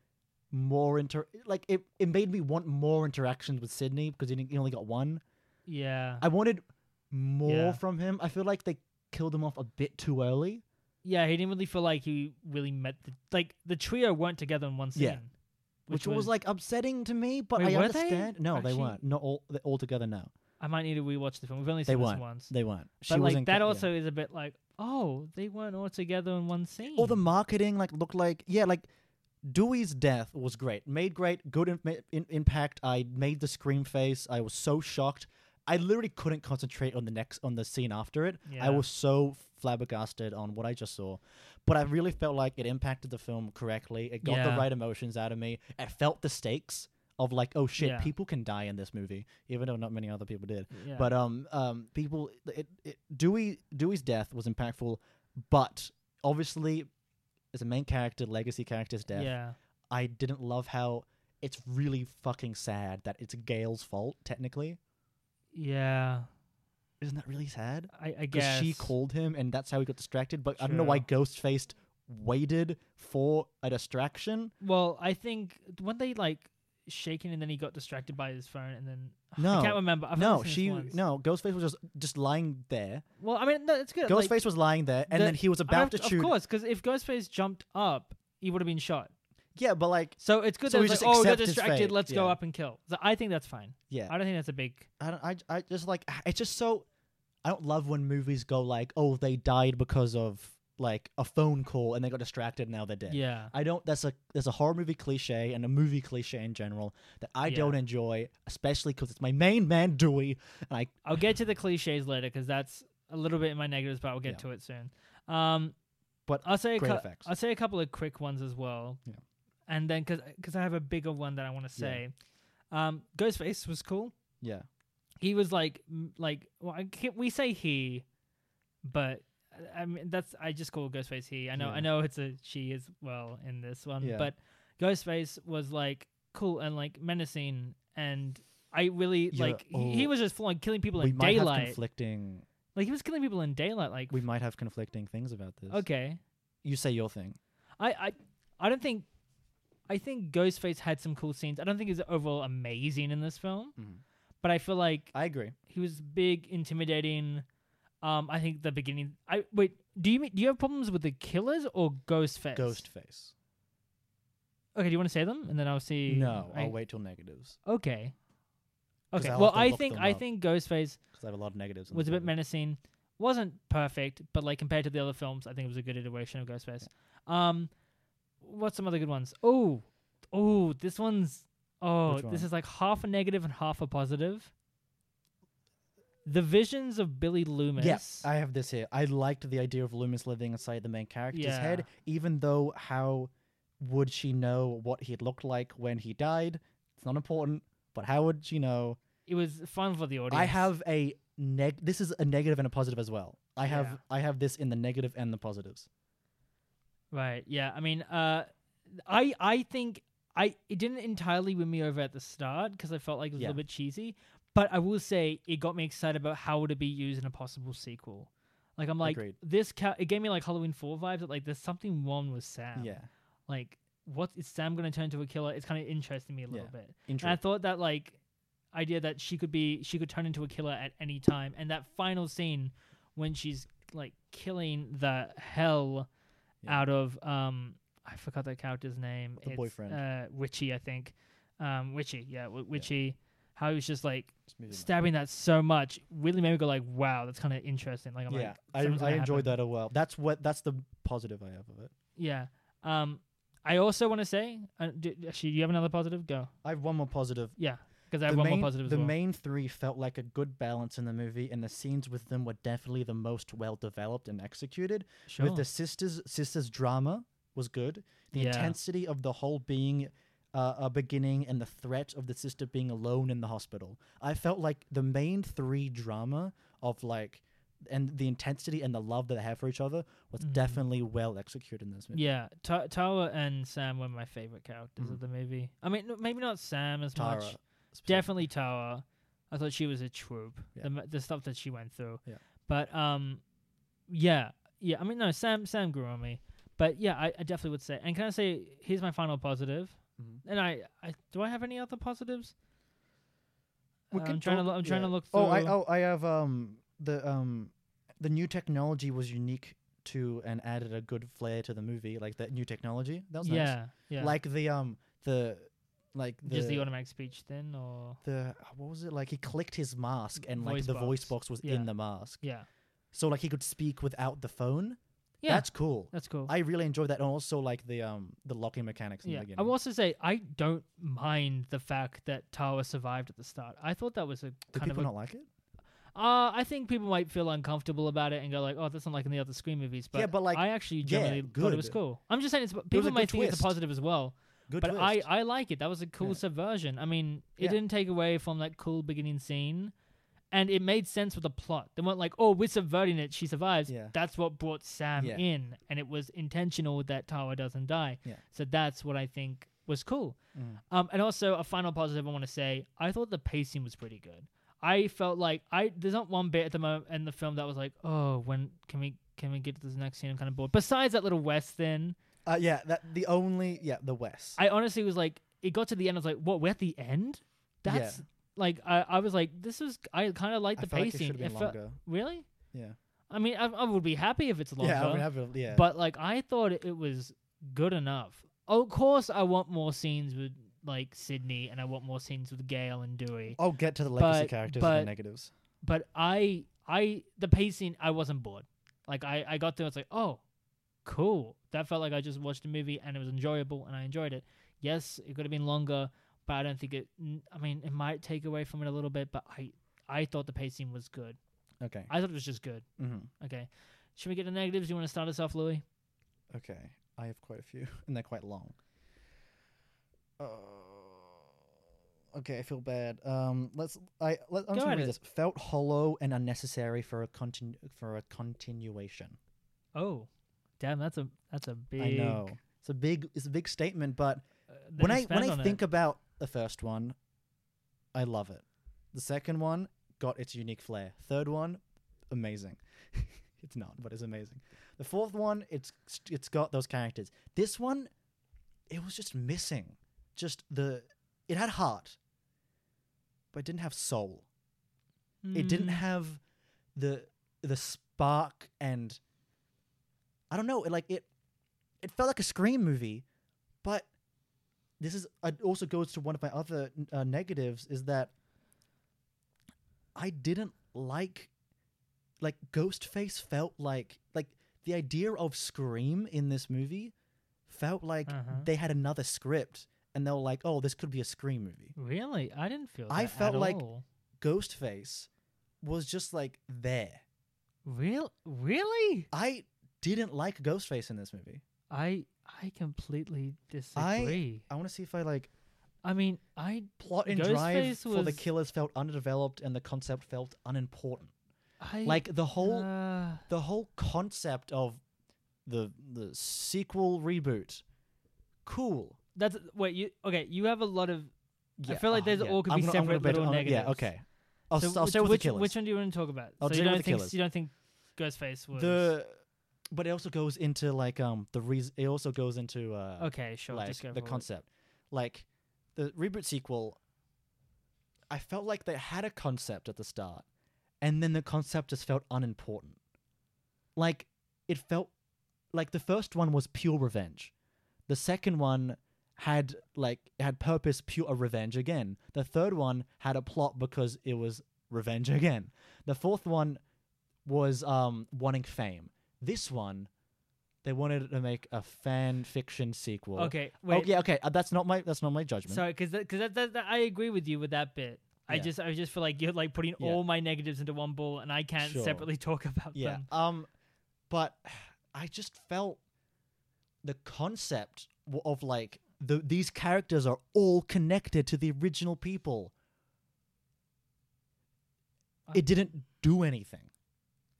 more inter like it, it made me want more interactions with Sydney because he, didn't, he only got one.
yeah.
I wanted more
Yeah.
from him. I feel like they killed him off a bit too early.
Yeah, he didn't really feel like he really met the like the trio weren't together in one scene.
Yeah. Which, was, like upsetting to me, but
Wait,
I
were they?
understand. No, they
Actually-
weren't. Not all they- altogether. No,
I might need to rewatch the film. We've only
They
seen this
weren't.
once.
they weren't. She
but
was
like
in
that
ca- yeah.
also is a bit like, oh, they weren't all together in one scene.
all Oh, the marketing like looked like yeah like dewey's death was great made great good in, in, impact i made the scream face i was so shocked i literally couldn't concentrate on the next on the scene after it i
Yeah.
was so flabbergasted on what i just saw but i really felt like it impacted the film correctly it got the
Yeah.
right emotions out of me it felt the stakes of like oh shit
Yeah.
people can die in this movie even though not many other people did
yeah.
but um, um, people, it, it, Dewey Dewey's death was impactful, but obviously, as a main character, legacy character's death,
yeah,
I didn't love how it's really fucking sad that it's Gail's fault. Technically,
yeah,
isn't that really sad?
I, I
Because
guess
she called him, and that's how he got distracted. But I don't know why
True.
Ghostface waited for a distraction.
Well, I think when they like shaking and then he got distracted by his phone and then
No.
I can't remember. I've
no,
only seen
she
this once.
no. Ghostface was just just lying there.
Well, I mean, no, it's good. like,
Ghostface was lying there, and
the-
then he was
I mean,
about
of-
to shoot.
Of course, because if Ghostface jumped up, he would have been shot.
Yeah, but like,
So it's good
So
that
we
it's
just
like, oh, we got
accept his fate,
distracted. Let's go
yeah.
up and kill. So I think that's fine.
yeah,
I don't think that's a big.
I don't, I, I just like it's just so I don't love when movies go like, oh, they died because of like a phone call and they got distracted and now they're dead.
Yeah.
I don't that's a that's a horror movie cliche and a movie cliche in general that I
Yeah.
don't enjoy, especially cuz it's my main man Dewey and I
I'll get to the cliches later because that's a little bit in my negatives, but I'll get
Yeah.
to it soon. Um,
But
I'll say a
great
cou-
effects.
I'll say a couple of quick ones as well.
Yeah.
And then because I have a bigger one that I want to say. Um, Ghostface was cool.
yeah.
He was like m- like well, I can't, we say he, but I- I mean that's I just call Ghostface he. I know
Yeah.
I know it's a she as well in this one,
Yeah.
but Ghostface was like cool and like menacing and. I really
Yeah,
like. he- he
oh.
was just flying, killing people
we
in
might
daylight.
have conflicting
Like he was killing people in daylight. Like
we might have conflicting things about this.
okay,
You say your thing.
I I I don't think I think Ghostface had some cool scenes. I don't think he's overall amazing in this film,
Mhm.
but I feel like
I agree.
he was big, intimidating. Um, I think the beginning. I wait. Do you mean, do you have problems with the killers or Ghostface?
Ghostface.
Okay, do you want to say them and then I'll see.
No,
I-
I'll wait till negatives
Okay.
'Cause
Okay.
I'll
well,
have to
I
look
think
them
I
up.
think Ghostface
cuz I have a lot of negatives. in
was a
this
bit
movie.
menacing. wasn't perfect, but like compared to the other films, I think it was a good iteration of Ghostface. Um, what's some other good ones? Oh, oh, this one's oh,
Which
this
one?
is like half a negative and half a positive. The visions of Billy Loomis.
Yes, I have this here. I liked the idea of Loomis living inside the main character's
Yeah.
head, even though how would she know what he looked like when he died? It's not important, but how would she know?
it was fun for the audience.
I have a neg. This is a negative and a positive as well. I have
Yeah.
I have this in the negative and the positives.
right, yeah. I mean, uh, I I think I it didn't entirely win me over at the start because I felt like it was
Yeah.
a little bit cheesy. But I will say it got me excited about how would it be used in a possible sequel. Like I'm like
Agreed.
this cat. It gave me like Halloween Four vibes. That like there's something wrong with Sam.
yeah,
Like what is Sam going to turn into a killer? It's kind of interesting me a little bit. And I
interesting.
thought that like idea that she could be she could turn into a killer at any time, and that final scene when she's like killing the hell
Yeah.
out of um I forgot that character's name.
The boyfriend.
uh, Witchy, I think. Um, Witchy, yeah, w- Witchy. How he was just like
Just moving on.
stabbing that so much really made me go like, wow, that's kind of interesting. Like I'm
yeah,
like,
I, I enjoyed that as well. That's what that's the positive I have of it.
Yeah. Um, I also want to say, uh, do, actually, do you have another positive? Go.
I have one more positive.
Yeah, because I have
the
one
main,
more positive as
the
well.
main three felt like a good balance in the movie, and the scenes with them were definitely the most well developed and executed.
sure.
With the sisters, sisters drama was good. The
Yeah.
intensity of the whole being uh, a beginning and the threat of the sister being alone in the hospital. I felt like the main three drama of like and the intensity and the love that they have for each other was
Mhm.
definitely well executed in this movie.
Yeah, Ta- Tara and Sam were my favorite characters of
Mhm.
the movie. I mean, n- maybe not Sam as
Tara,
much.
specifically.
Definitely Tara. I thought she was a troop.
Yeah.
The The the stuff that she went through.
Yeah.
But um, yeah, yeah. I mean, no, Sam Sam grew on me. But yeah, I, I definitely would say. And can I say, here's my final positive.
Mhm.
And I, I do I have any other positives?
We
Uh,
can
I'm trying to.
talk-
Lo- I'm trying to
yeah.
look. Through.
Oh, I oh I have um the um the new technology was unique to and added a good flair to the movie. Like that new technology that was nice.
yeah, yeah.
Like the um the like the
just the automatic speech then, or
the uh, what was it like? He clicked his mask and like
Voice
the voice
box.
box was
Yeah.
in the mask,
yeah,
so like he could speak without the phone.
yeah.
That's cool.
that's cool.
I really enjoyed that, and also like the um the locking mechanics in
Yeah,
the beginning.
I will also say I don't mind the fact that Tawa survived at the start. I thought that was a
Did
kind of.
people
A,
not like it?
uh, I think people might feel uncomfortable about it and go like, "Oh, that's not like in the other Scream movies." But
Yeah, but, like,
I actually
yeah,
generally thought it was
good.
cool. I'm just saying it's
was
people
a
might
good
think it's a
twist.
positive as well.
Good.
but I
twist.
I like it. That was a cool
Yeah.
subversion. I mean, it
Yeah.
didn't take away from that cool beginning scene. And it made sense with the plot. They weren't like, "Oh, we're subverting it. She survives."
Yeah.
That's what brought Sam
Yeah.
in, and it was intentional that Tawa doesn't die.
Yeah.
So that's what I think was cool.
Mm.
Um, and also a final positive I want to say, I thought the pacing was pretty good. I felt like I there's not one bit at the moment in the film that was like, oh, when can we can we get to this next scene? I'm kind of bored. Besides that little West thing,
Uh, yeah, that the only yeah the West.
I honestly was like, it got to the end. I was like, what? We're at the end?
Yeah.
That's like, I, I was like, this is. I kind of like
I
the
feel like it
pacing.
should've been
felt-
longer.
really?
Yeah.
I mean, I, I would be happy if it's longer.
yeah, I would have a- yeah.
But like, I thought it was good enough. Of course, I want more scenes with like Sydney, and I want more scenes with Gail and Dewey.
I'll get to the legacy
but-
characters and
but-
the negatives.
But I, I, the pacing, I wasn't bored. Like, I, I got there. It's like, oh, cool. That felt like I just watched a movie, and it was enjoyable, and I enjoyed it. Yes, it could have been longer, but I don't think it. n- I mean, it might take away from it a little bit, but I, I thought the pacing was good.
Okay.
I thought it was just good.
hmm
Okay. Should we get the negatives? You want to start us off, Louis?
Okay. I have quite a few, and they're quite long. Uh, okay, I feel bad. Um, let's. I let,
Go
I'm just gonna
at
read
it.
this. Felt hollow and unnecessary for a continu- for a continuation.
Oh, damn, that's a that's a big.
I know it's a big it's a big statement, but
uh, they
when I
expand
when
on
I
it.
think about the first one, I love it. The second one got its unique flair. Third one, amazing. it's not, but it's amazing. The fourth one, it's it's got those characters. This one, it was just missing. Just the it had heart, but it didn't have soul. It didn't
Mm,
have the the spark and I don't know. It like it it felt like a scream movie, but this is it also goes to one of my other uh, negatives is that I didn't like like Ghostface felt like like the idea of Scream in this movie felt like
Uh-huh.
they had another script and they were like, oh, this could be a Scream movie.
Mm. really. I didn't feel.
I
that
felt
at
like-
all.
Ghostface was just like there.
real really.
I didn't like Ghostface in this movie.
I I completely disagree.
I want to see if I like
I, mean, I
plot and drive
Ghostface
for the
was-
killers felt underdeveloped and the concept felt unimportant.
I
Like the whole
uh,
the whole concept of the the sequel reboot, cool.
that's wait you okay. You have a lot of.
Yeah,
feel like
ah,
those
yeah.
all could be
I'm gonna- I'm gonna
separate
bet
little
on-
negatives.
Yeah, okay. I'll,
so
s- I'll
which,
start with
which,
the killers.
Which one do you want to talk about?
I'll
so
deal
you
with
don't
the
think
Killers.
you don't think Ghostface was
the but it also goes into like um the reason it also goes into uh
okay? Sure,
like
just go
the
for it.
concept. Like the reboot sequel, I felt like they had a concept at the start, and then the concept just felt unimportant. Like it felt like the first one was pure revenge. The second one had like it had purpose pure revenge again. The third one had a plot because it was revenge again. The fourth one was um wanting fame. This one they wanted to make a fan fiction sequel.
Okay, wait.
Oh yeah, okay. Uh, that's not my that's not my judgment.
Sorry, because because that, that, that, I agree with you with that bit. I
Yeah.
just I just feel like you're like putting
Yeah.
all my negatives into one ball, and I can't
Sure.
separately talk about
yeah.
them.
Um, but I just felt the concept w- of like the these characters are all connected to the original people.
I-
It didn't do anything.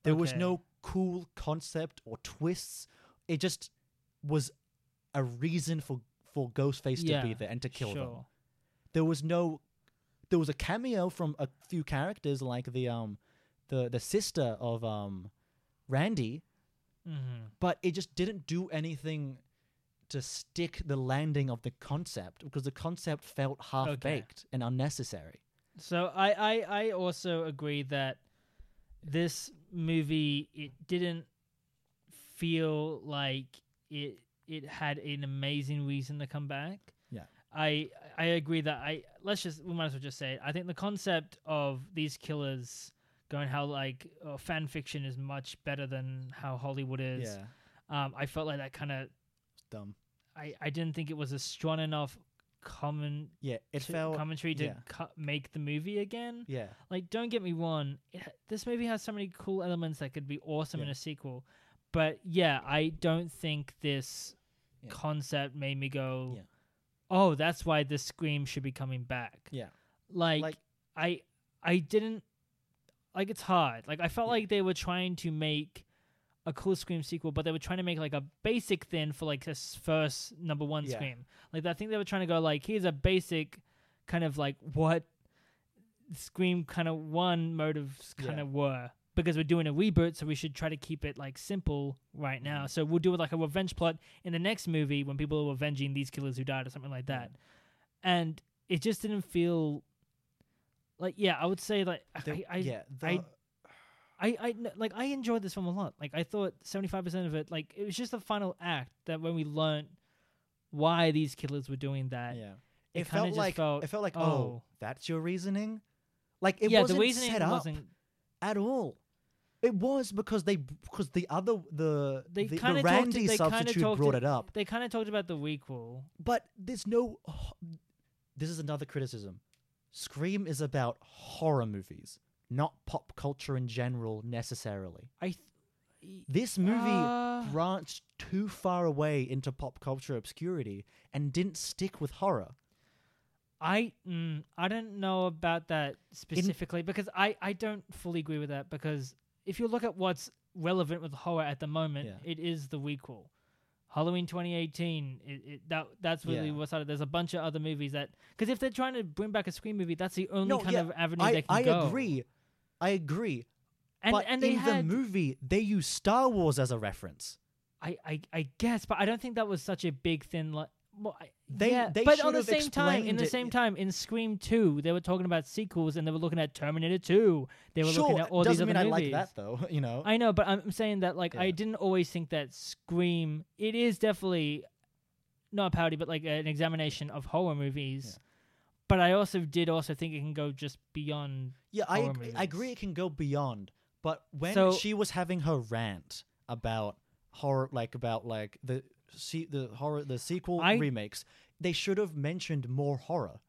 There was
Okay.
no cool concept or twists. It just was a reason for for Ghostface to be
Yeah,
there and to kill
sure.
them. there was no there was a cameo from a few characters like the um the the sister of um Randy,
Mm-hmm.
but it just didn't do anything to stick the landing of the concept because the concept felt half baked and unnecessary.
So I, I I also agree that this movie it didn't feel like it it had an amazing reason to come back.
Yeah.
I I agree that I let's just we might as well just say it. I think the concept of these killers going how like uh, fan fiction is much better than how Hollywood is. Um, I felt like that kind of
dumb.
I I didn't think it was a strong enough common
Yeah, it
to-
felt
commentary to
yeah.
co- make the movie again.
yeah.
Like, don't get me wrong, it, ha- this movie has so many cool elements that could be awesome in
Yeah.
a sequel. But yeah, I don't think this
Yeah.
concept made me go,
Yeah.
"Oh, that's why this scream should be coming back."
Yeah.
like,
Like-
I, I didn't like. It's hard. Like, I felt
Yeah.
like they were trying to make a cool scream sequel, but they were trying to make like a basic thing for like this first number one
Yeah.
scream. Like, I think they were trying to go like, "Here's a basic kind of like what Scream kind of one motives kind
Yeah.
of were, because we're doing a reboot, so we should try to keep it like simple right now.
Mm.
So we'll do like a revenge plot in the next movie when people are avenging these killers who died or something like that. And it just didn't feel like yeah, I would say like I,
The-
I,
yeah,
I-
the-
I, I kn- like I enjoyed this film a lot. Like I thought seventy five percent of it like it was just the final act that when we learnt why these killers were doing that.
yeah.
it
It,
kinda
felt
just
like
felt,
it felt like oh,
oh.
that's your reasoning. Like it
yeah,
wasn't
the reasoning
set up
wasn't
at all. It was because they because the other the
They
the,
kinda
the
talked
Randy
it- they kinda
substitute
talked
brought
it-
it up,
they kinda talked about the requel.
but there's no. ho- This is another criticism. Scream is about horror movies, not pop culture in general necessarily.
I th-
This movie
Uh,
branched too far away into pop culture obscurity and didn't stick with horror.
I mm, I don't know about that specifically because I I don't fully agree with that because if you look at what's relevant with horror at the moment,
Yeah.
it is the requel. Halloween 2018, it, it, that that's really
Yeah.
what's out of. There's a bunch of other movies that because if they're trying to bring back a scream movie, that's the only
No,
kind
yeah,
of avenue
I,
they can
I
go.
agree. I agree.
And
but
and they
in
had
the movie, they use Star Wars as a reference.
I, I I guess, but I don't think that was such a big thin line. Well, I,
They-
yeah,
they
but
should
on the
have
same time, in
explained
the
it-
same time, in Scream Two, they were talking about sequels, and they were looking at Terminator Two. They were
sure,
looking at all
doesn't
these
mean
other
I
movies.
like that though. You know,
I know, but I'm I'm saying that like I
Yeah.
didn't always think that Scream. It is definitely not a parody, but like an examination of horror movies. But I also did also think it can go just beyond.
Yeah, I
horror
agree, I agree
movies.
it can go beyond. But when
So-
she was having her rant about horror like about like the see the horror the sequel
I-
remakes, they should have mentioned more horror.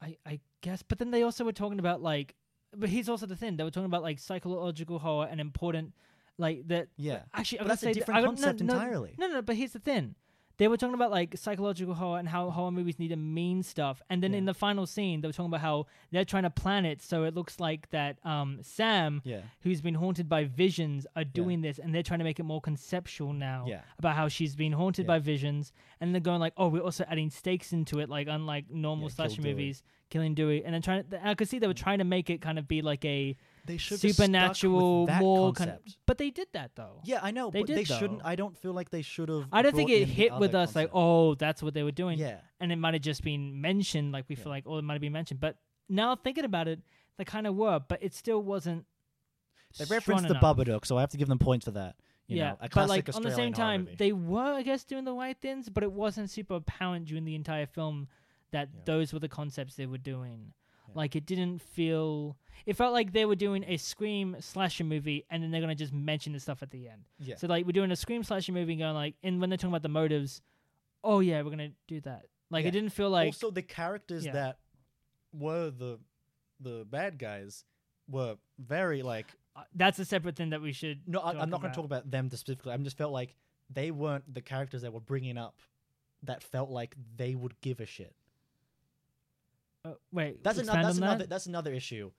I I guess, but then they also were talking about like. But here's also the thing they were talking about like psychological horror and important, like that
Yeah.
Actually, I'm gonna
But that's a
say
different
I would-
concept
no, no,
entirely.
No, no, but here's the thing: they were talking about like psychological horror and how horror movies need to mean stuff, and then
Yeah.
in the final scene, they were talking about how they're trying to plan it so it looks like that um, Sam,
Yeah.
who's been haunted by visions, are doing this, and they're trying to make it more conceptual now
Yeah.
about how she's been haunted
Yeah.
by visions, and they're going like, oh, we're also adding stakes into it, like unlike normal
Yeah, Kill
slasher
Dewey. Mm.
movies, killing Dewey, and then trying. To, I could see they were trying to make it kind of be like a
They should
supernatural,
have stuck with that
more kind
concept.
but they did that though.
yeah, I know,
They
but
did,
they shouldn't
though.
I don't feel like they should have
I don't think
brought
it
in the
hit with
other
us like,
concept.
oh, that's what they were doing.
Yeah.
And it might have just been mentioned, like we feel
Yeah.
like, oh, it might have been mentioned. But now thinking about it, they kind of were, but it still wasn't.
They
strong
referenced the
enough.
Babadook, so I have to give them points for that. You
yeah,
know, a
but
classic
like on the
Australian
same
horror
time,
movie.
they were, I guess, doing the right things, but it wasn't super apparent during the entire film that
Yeah.
those were the concepts they were doing.
Yeah.
Like it didn't feel. It felt like they were doing a scream slasher movie, and then they're gonna just mention the stuff at the end.
yeah.
So like we're doing a scream slasher movie and going like and when they're talking about the motives, oh yeah, we're gonna do that. Like
Yeah.
it didn't feel like
also the characters
Yeah.
that were the the bad guys were very like
uh, that's a separate thing that we should
no I,
Talk
i'm not going
about-
to talk about them specifically i'm just felt like they weren't the characters that were bringing up that felt like they would give a shit
uh, wait.
that's
expand
another that's
on
another
that?
that's another issue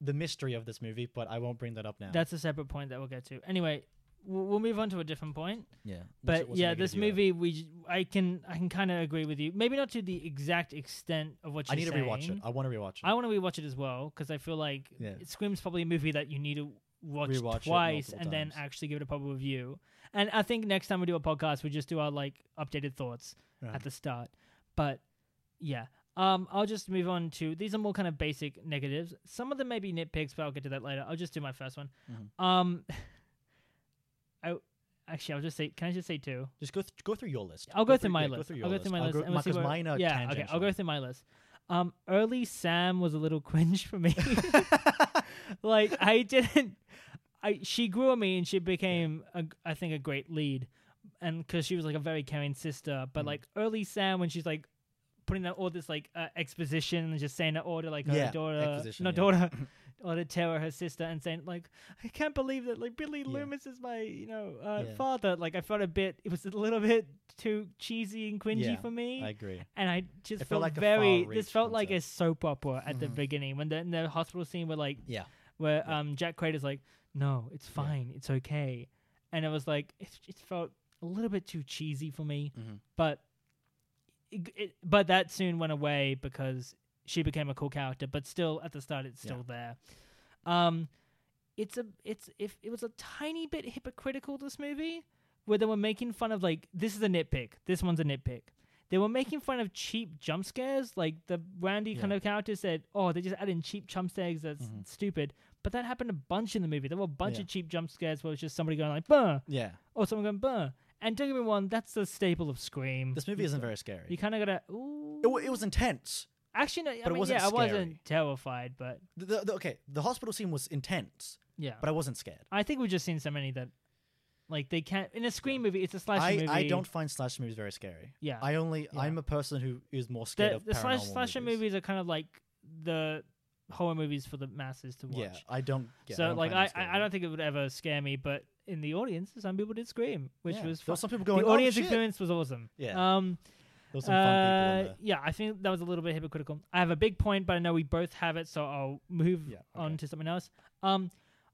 the mystery of this movie but i won't bring that up now
That's a separate point that we'll get to. Anyway, we'll, we'll move on to a different point.
yeah
But yeah, this movie we j- I can I can kind of agree with you. Maybe not to the exact extent of what
i
you're
need to
saying.
rewatch it i want to rewatch it
I want to rewatch it as well because I feel like
Yeah.
Scream's probably a movie that you need to watch
Rewatch it
twice
multiple
and then
times.
actually give it a proper review. And I think next time we do a podcast, we just do our like updated thoughts
Yeah.
at the start. But yeah, um, I'll just move on to these are more kind of basic negatives. Some of them may be nitpicks, but I'll get to that later. I'll just do my first one.
Mhm.
Um, I actually I'll just say can I just say two?
just go th- go through your list
I'll go, through, my
yeah,
list.
go through your
I'll go
list
through my
I'll
list.
go-
and we'll see
because
where-
mine are
yeah. Okay, I'll go through my list. Um, early Sam was a little cringe for me. like I didn't. I she grew on me and she became a, I think a great lead, and because she was like a very caring sister. But
Mm.
like early Sam when she's like putting out all this like uh, exposition and just saying her order like her
Yeah,
daughter,
exposition,
no
yeah.
daughter. Or Tara, her sister, and saying like, "I can't believe that like Billy
Yeah.
Loomis is my you know uh,
Yeah.
father." Like I felt a bit, it was a little bit too cheesy and cringy
Yeah,
for me
i agree
and I just
It
felt
felt like a
very. This
far-reach
felt like a
concept.
soap opera at the
Mhm.
beginning when the in the hospital scene where like
yeah
where
Yeah.
um Jack Crater's like, no, it's fine, it's okay, and it was like it, it felt a little bit too cheesy for me,
Mhm.
but it, it, but that soon went away because she became a cool character, but still at the start it's
Yeah.
still there. Um, it's a it's if it was a tiny bit hypocritical this movie where they were making fun of like this is a nitpick this one's a nitpick they were making fun of cheap jump scares like the randy
Yeah.
kind of character said oh they just add in cheap jump scares that's
Mhm.
stupid but that happened a bunch in the movie there were a bunch
Yeah.
of cheap jump scares where it's just somebody going like burr
Yeah,
or someone going burr and don't get me wrong that's the staple of scream
this movie
You
isn't
ca-
very scary.
you kind of gotta ooh.
it, wa- it was intense.
actually no, I
but it
mean,
wasn't
yeah i
scary.
wasn't terrified but
The, the, the- okay, the hospital scene was intense,
yeah
but I wasn't scared.
I think we've just seen so many that, like, they can't in a screen movie. It's a slasher
I,
movie.
I don't find slasher movies very scary.
Yeah,
I only
Yeah.
I'm a person who is more scared
the,
of
the slash,
paranormal
slasher
movies.
movies are kind of like the horror movies for the masses to watch.
Yeah, I don't. Yeah,
so
I don't
like,
find them
I, I I
scary.
don't think it would ever scare me, but in the audience, some people did scream, which
Yeah,
was
there
fun.
were some people
The
going.
audience
oh, shit.
experience was awesome.
Yeah.
Um.
There were some fun people in
uh,
there.
Yeah, I think that was a little bit hypocritical. I have a big point, but I know we both have it, so I'll move
Yeah,
on
okay.
to something else. Um,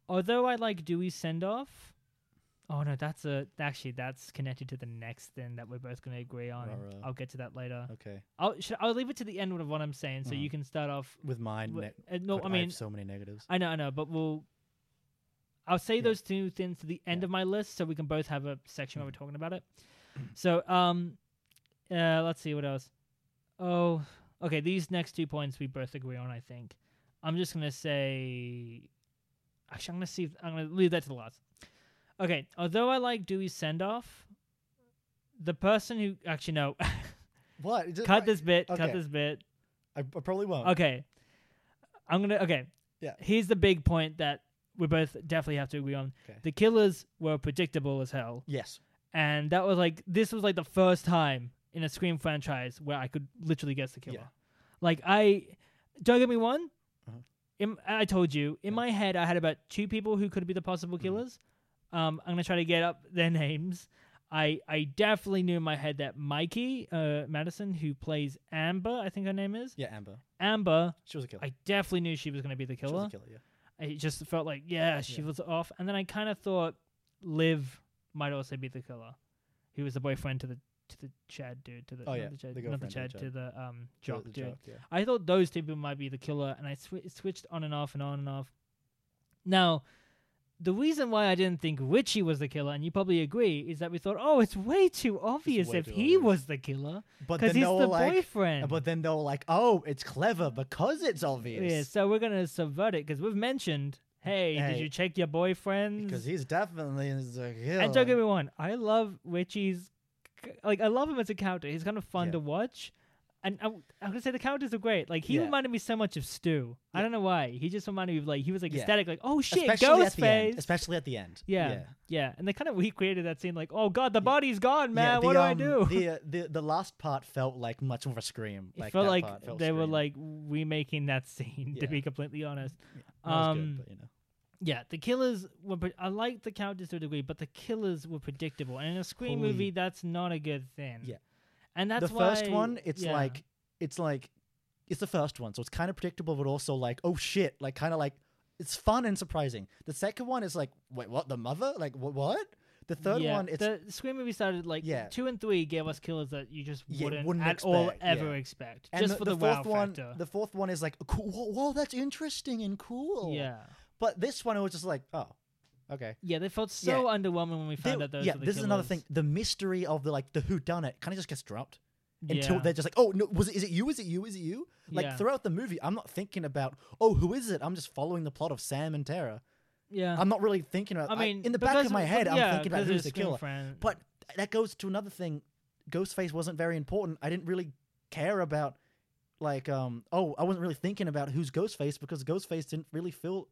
although I like Dewey's send off. Oh no, that's a actually that's connected to the next thing that we're both going to agree on. and
Ruh-roh.
I'll get to that later.
Okay,
I'll should, I'll leave it to the end of what I'm saying, so you
Mhm.
can start off.
with mine.
wi-
ne-
uh, no,
God,
I
have
mean
so many negatives.
I know, I know, but we'll. I'll say
Yeah.
those two things to the end
Yeah. Mm.
of my list, so we can both have a section where we're talking about it. so, um, uh, let's see what else. Oh, okay. These next two points we both agree on. I think. I'm just gonna say. Actually, I'm gonna see. If, I'm gonna leave that to the last. Okay. Although I like Dewey's send off, the person who actually no,
What? Is it-
cut this bit. Cut
Okay.
this bit.
I, I probably won't.
Okay. I'm gonna okay.
Yeah.
Here's the big point that we both definitely have to agree on.
Okay.
The killers were predictable as hell.
Yes.
And that was like this was like the first time in a Scream franchise where I could literally guess the killer.
Yeah.
Like I don't get me one.
Uh-huh.
In, I told you, in
Yeah. Mm-hmm.
my head I had about two people who could be the possible killers. Um I'm gonna try to get up their names. I, I definitely knew in my head that Mikey uh, Madison, who plays Amber, I think her name is
Yeah, Amber.
Amber,
She was a killer.
I definitely knew she was going to be the
She was
killer.
a killer. Yeah.
I just felt like, yeah, she
Yeah.
was off. And then I kind of thought Liv might also be the killer, who was the boyfriend to the to the Chad dude, to the
Oh,
not
yeah,
the
the
Chad, not the
girlfriend to
Chad,
Chad.
to the um
She
jock
was a
dude.
jock, yeah.
I thought those two people might be the killer, and I swi switched on and off and on and off. Now, the reason why I didn't think Richie was the killer, and you probably agree, is that we thought, oh, it's way too obvious
way
if
too
he
obvious.
was the killer
But
because
then
he's
they were
the
like,
boyfriend.
but then they were like, oh, it's clever because it's obvious.
Yeah, so we're gonna subvert it because we've mentioned, hey, did
Hey.
you check your boyfriends?
Because he's definitely the killer.
Mm. and don't get me wrong, I love Richie's, c- like I love him as a character. He's kind of fun
Yeah.
to watch, and I, am gonna say the characters are great. Like he
Yeah.
reminded me so much of Stu. I
Yeah.
don't know why. He just reminded me of like he was like
Yeah.
ecstatic, like oh shit,
especially at the
Ghostface.
end. Especially at the end.
yeah, yeah,
Yeah.
and they kind of recreated that scene, like oh god, the
Yeah.
body's gone, man.
Yeah,
what
the,
do I
um,
do?
The, uh, the the last part felt like much more of a scream.
it
Like
felt
that
like
part felt
they were
scream.
like remaking that scene. To
Yeah.
be completely honest.
That was good,
um,
but, you know.
Yeah, the killers were. Pre- I like the characters to a degree, but the killers were predictable, and in a screen
Holy-
movie, that's not a good thing.
Yeah.
and that's
the first
why-
one, it's
yeah.
like it's like it's the first one, so it's kind of predictable, but also like oh shit, like kind of like it's fun and surprising. The second one is like wait, what? The mother? Like wh- what? The third
Yeah,
one, it's
the screen movie started like
Yeah,
two and three gave us killers that you just
Yeah,
wouldn't,
wouldn't
at all
expect,
ever
yeah.
expect,
and
just
the,
for the,
the
wow
fourth one,
factor.
the fourth one is like cool. Whoa, whoa, that's interesting and cool.
yeah,
but this one it was just like oh, okay.
yeah, they felt so underwhelming when we found
They-
out those.
yeah,
were
this
the
is another
killers.
thing. The mystery of the like the who done it kind of just gets dropped until
Yeah.
they're just like, oh no, was it? Is it you? Is it you? Is it you? Like
Yeah.
throughout the movie, I'm not thinking about oh who is it. I'm just following the plot of Sam and Tara.
Yeah,
I'm not really thinking about.
Uh-huh. I mean,
in the back
because
of my
but-
head,
yeah,
I'm thinking about
because
who's
it's
the
Scream
killer.
Friend.
But that goes to another thing. Ghostface wasn't very important. I didn't really care about like um oh I wasn't really thinking about who's Ghostface because Ghostface didn't really feel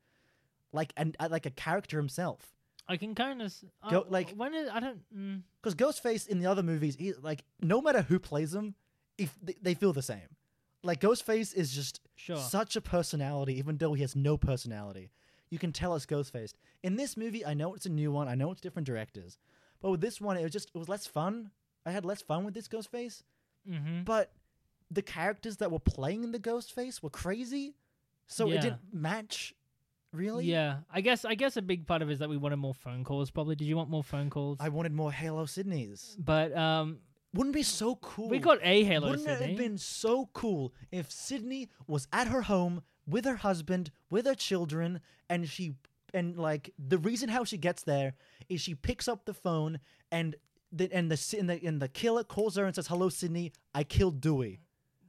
like and like a character himself.
I can kind of
Go- like-
when is, I don't. Mm,
Because Ghostface in the other movies, he like no matter who plays him, if they, they feel the same. Like Ghostface is just
sure.
such a personality, even though he has no personality. You can tell it's Ghostface. In this movie, I know it's a new one. I know it's different directors, but with this one, it was just it was less fun. I had less fun with this Ghostface,
mm-hmm.
but the characters that were playing the Ghostface were crazy, so
Yeah.
it didn't match really.
Yeah, I guess I guess a big part of it is that we wanted more phone calls. Probably, did you want more phone calls?
I wanted more Halo Sydney's.
but um,
Wouldn't it be so cool.
we got a Halo
Wouldn't it
Sydney.
have been so cool if Sydney was at her home with her husband, with her children, and she and like the reason how she gets there is she picks up the phone and the and the si- and the, and the killer calls her and says, "Hello, Sydney. I killed Dewey."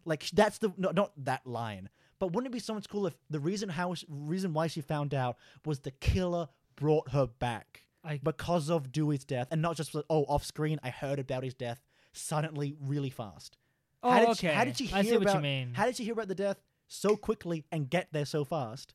Like sh- that's the no, not that line. But wouldn't it be so much cool if the reason how sh- reason why she found out was the killer brought her back
I-
because of Dewey's death, and not just like, oh off screen I heard about his death suddenly really fast.
Oh,
how did
okay.
She, how did she hear
I see
about?
what you mean.
How did she hear about the death so quickly and get there so fast?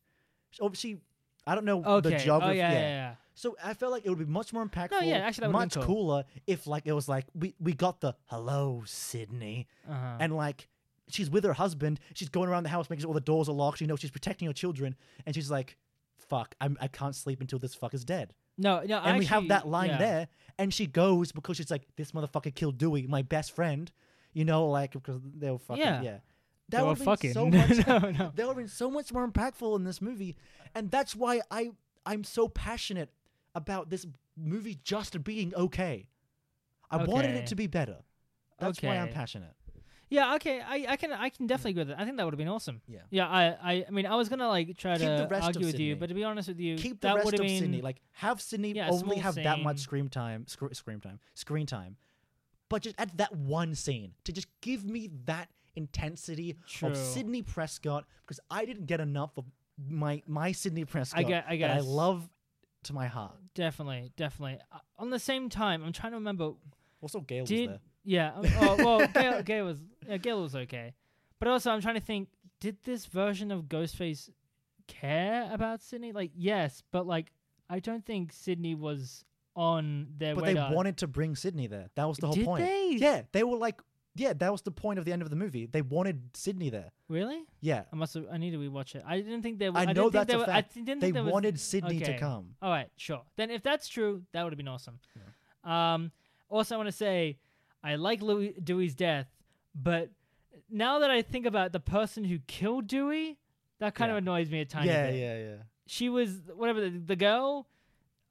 So obviously, I don't know
okay.
the geography.
oh yeah, yeah, yeah.
So I felt like it would be much more impactful.
yeah, actually that would've been
much
cool.
cooler if like it was like we we got the hello Sydney
Uh-huh.
and like she's with her husband. She's going around the house making sure all the doors are locked. You know she's protecting her children, and she's like, "Fuck, I'm, I can't sleep until this fucker's dead."
no, no,
and we have that line
yeah.
there, and she goes because she's like, "This motherfucker killed Dewey, my best friend." You know, like because they were fucking yeah.
Yeah.
That
They were
would have been so much
fucking. No, no.
that would have been so much more impactful in this movie, and that's why I I'm so passionate about this movie just being okay. I wanted
Okay.
it to be better. That's why I'm
Okay.
passionate.
Yeah, okay. I, I can I can definitely agree with that. I think that would have been awesome.
Yeah.
Yeah, I, I, I mean I was gonna like try to
Keep the rest of
argue with
Sydney.
you, but to be honest with you,
Keep the
that
rest
would
of
have been
Sydney. Like have Sydney
Yeah, a
only
small
have that much
scene.
screen time, scr- screen time, screen time, but just at that one scene to just give me that intensity
True.
of Sydney Prescott because I didn't get enough of my my Sydney Prescott
get- I
that I
guess.
love to my heart.
definitely, definitely. Uh, on the same time, I'm trying to remember.
Also, Gail was
Did
there.
yeah? um, Oh, well, Gail, Gail was yeah, Gail was okay, but also I'm trying to think. Did this version of Ghostface care about Sydney? Like yes, but like I don't think Sydney was on their
But they
radar.
wanted to bring Sydney there. That was the whole
Did
point.
they?
Yeah, they were like, yeah, that was the point of the end of the movie. They wanted Sydney there.
Really?
Yeah,
I must have. I need to rewatch it. I didn't think they. were-
I
didn't
know
think
that's
they
a
were- I
fact.
didn't think
they
there was-
wanted Sydney to
okay.
come.
All right, sure. Then if that's true, that would have been awesome. Um, also, I want to say I like Louis, Dewey's death, but now that I think about the person who killed Dewey, that kind
Yeah.
of annoys me a tiny
yeah,
bit.
yeah, yeah.
She was whatever the, the girl.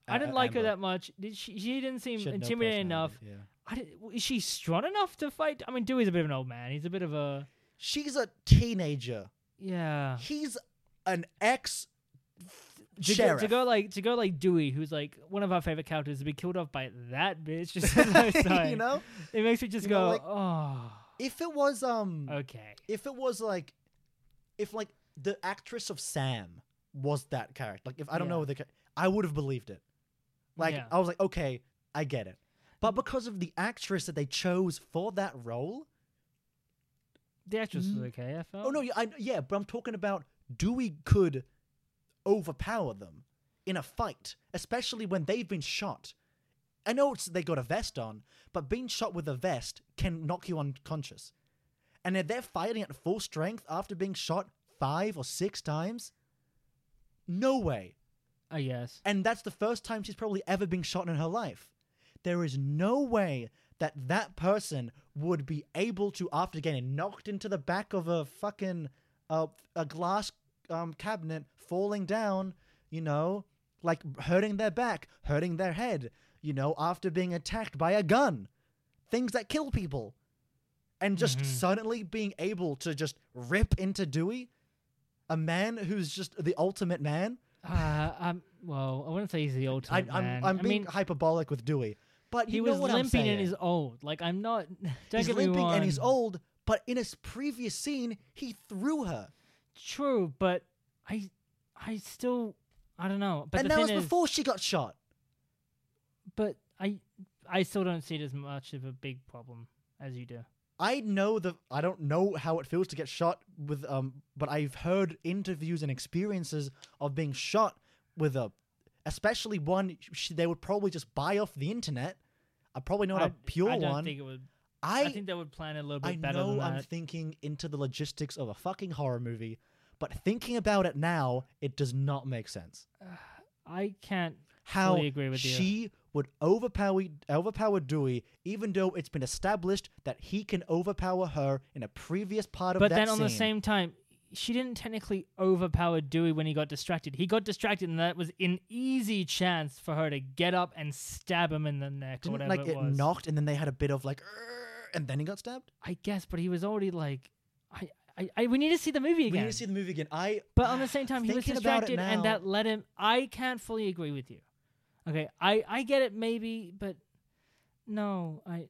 I
A-
didn't
a-
like her
Amber.
that much. Did she? She didn't seem
She had no
intimidating enough.
personality, Yeah.
I didn't, is she strong enough to fight? I mean, Dewey's a bit of an old man. He's a bit of a
She's a teenager.
yeah.
He's an ex
Uh-huh. to go,
sheriff.
to go like to go like Dewey, who's like one of our favorite characters, to be killed off by that bitch. Just on the side.
you know,
it makes me just
You
go,
know, like-
oh,
if it was um,
okay.
if it was like, if like the actress of Sam was that character, like if I don't
Yeah.
know the, cha- I would have believed it. Like oh,
Yeah.
I was like, okay, I get it. But because of the actress that they chose for that role,
The actress
Mm.
was okay. I felt.
oh no, yeah, I, yeah, but I'm talking about Dewey could overpower them in a fight, especially when they've been shot. I know it's, they got a vest on, but being shot with a vest can knock you unconscious. And if they're fighting at full strength after being shot five or six times, no way.
I guess.
And that's the first time she's probably ever been shot in her life. There is no way that that person would be able to, after getting knocked into the back of a fucking uh, a glass um, cabinet, falling down, you know, like hurting their back, hurting their head, you know, after being attacked by a gun, things that kill people, and just
Mhm.
suddenly being able to just rip into Dewey, a man who's just the ultimate man.
Uh, um, well, I wouldn't say he's the old
I,
type
I'm
man.
I'm
I
being
mean,
hyperbolic with Dewey, but you
he
know
was
what I'm
limping
saying.
and he's old. Like I'm not. Don't
he's
get me
limping and he's
wrong.
old. But in his previous scene, he threw her,
True, but I, I still, I don't know. But
and
the
that
thing is,
was before she got shot.
but I, I still don't see it as much of a big problem as you do.
I know the I don't know how it feels to get shot with um, but I've heard interviews and experiences of being shot with a, especially one sh- they would probably just buy off the internet. I probably not
I,
a pure
I don't
one.
think it would
I
I think they would plan it a little bit
I
better
know
than
I'm
that.
thinking into the logistics of a fucking horror movie, but thinking about it now, it does not make sense.
I can't.
How
Fully agree with you.
she would overpower overpower Dewey, even though it's been established that he can overpower her in a previous part of
But
that
then on the
scene.
same time, she didn't technically overpower Dewey when he got distracted. He got distracted, and that was an easy chance for her to get up and stab him in the neck or
Didn't,
whatever
like
it was.
knocked, and then they had a bit of like, "Urgh," and then he got stabbed.
I guess, but he was already like, I, I I, I we need to see the movie
We
again.
need to see the movie again. I
But on the same time, he was
Thinking about it
distracted, and
now-
that let him. I can't fully agree with you. Okay, I I get it maybe, but no, I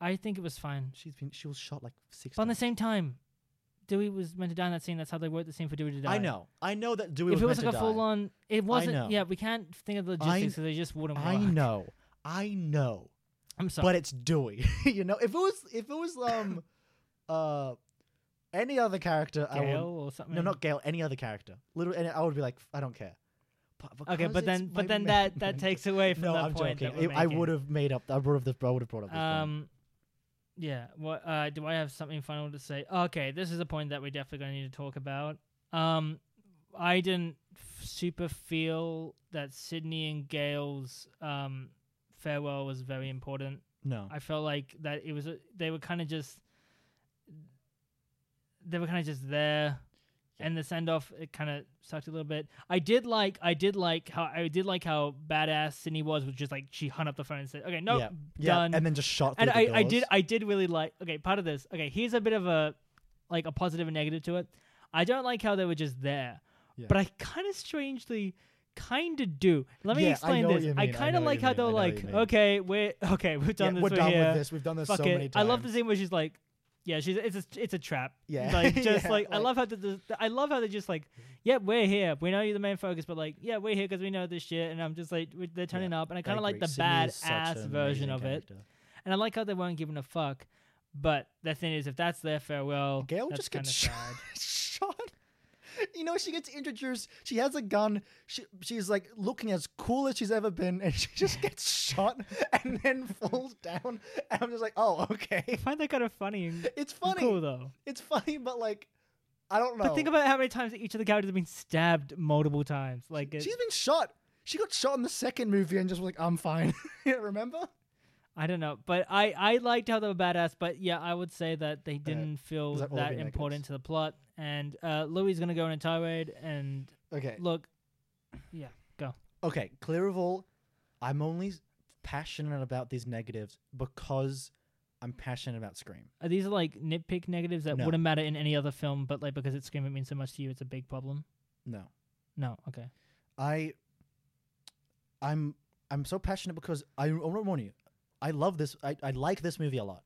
I think it was fine.
she's been she was shot like six.
But on the
times.
same time, Dewey was meant to die in that scene. That's how they worked the scene for Dewey to die.
I know. I know that Dewey
if
was
it was
meant
like a
to die.
full on, it
know.
wasn't. Yeah, we can't think of the logistics, so they just wouldn't.
I
work.
know. I know.
I'm sorry.
But it's Dewey. you know, if it was if it was um uh any other character, I
Gale
would
or something.
no not Gail, any other character. Literally, any, I would be like, I don't care. But
Okay,
because
but
it's
then
my
but then
man-
that that takes away from
no,
that
I'm
point.
joking.
That we're
I
making.
would have made up. I would have. I would have brought up. This um,
Um, yeah. What uh, do I have something final to say? Okay, this is a point that we're definitely going to need to talk about. Um, I didn't f- super feel that Sydney and Gail's um farewell was very important.
no,
I felt like that it was a, they were kind of just they were kind of just there. And the send off it kind of sucked a little bit. I did like I did like how I did like how badass Sydney was was just like she hung up the phone and said, "Okay, no,
Yeah. yeah,
done."
and then just shot.
and
through
I,
the
I did
doors.
I did really like okay part of this okay here's a bit of a like a positive and negative to it I don't like how they were just there
Yeah.
but I kind of strangely kind of do let me
Yeah, I
explain
know what
this
you
I
mean, I
kind
know
of
what
like
you
how
mean,
they're
I know what you
like
mean.
okay we're okay we've done
Yeah,
this
we're done
here
with this. We've done this
fuck
so
it
many times.
I love the scene where she's like yeah she's it's a, it's a trap
Yeah.
like just
Yeah,
like, I
like-
love how the, the, I love how they just like yeah we're here we know you're the main focus but like yeah we're here because we know this shit and I'm just like we- they're turning up and I kind of like
agree.
the
Sydney is such
badass
an
version
amazing
of it.
character.
And I like how they weren't giving a fuck. But the thing is, if that's their farewell,
Gail
that's
just gets
kinda
shot. shot. You know, she gets introduced. She has a gun. She she's like looking as cool as she's ever been, and she just gets shot and then falls down. And I'm just like, oh, okay.
I find that kind of funny and
It's funny. Oh.
cool, though.
It's funny, but like, I don't know.
But think about how many times each of the characters have been stabbed multiple times. Like, it,
she's been shot. She got shot in the second movie and just was like, I'm fine. Yeah, Remember?
I don't know. But I, I liked how they were badass. But yeah, I would say that they didn't feel
is that
that,
all the negatives?
important to the plot. And uh, Louis is going to go on a tirade. And
Okay.
look, yeah, go.
Okay, clear of all, I'm only passionate about these negatives because I'm passionate about Scream.
Uh, These are like nitpick negatives that
No.
wouldn't matter in any other film. But like, because it's Scream, it means so much to you, it's a big problem.
No.
No, okay.
I I'm I'm so passionate because I I wanna warn you, I love this I, I like this movie a lot.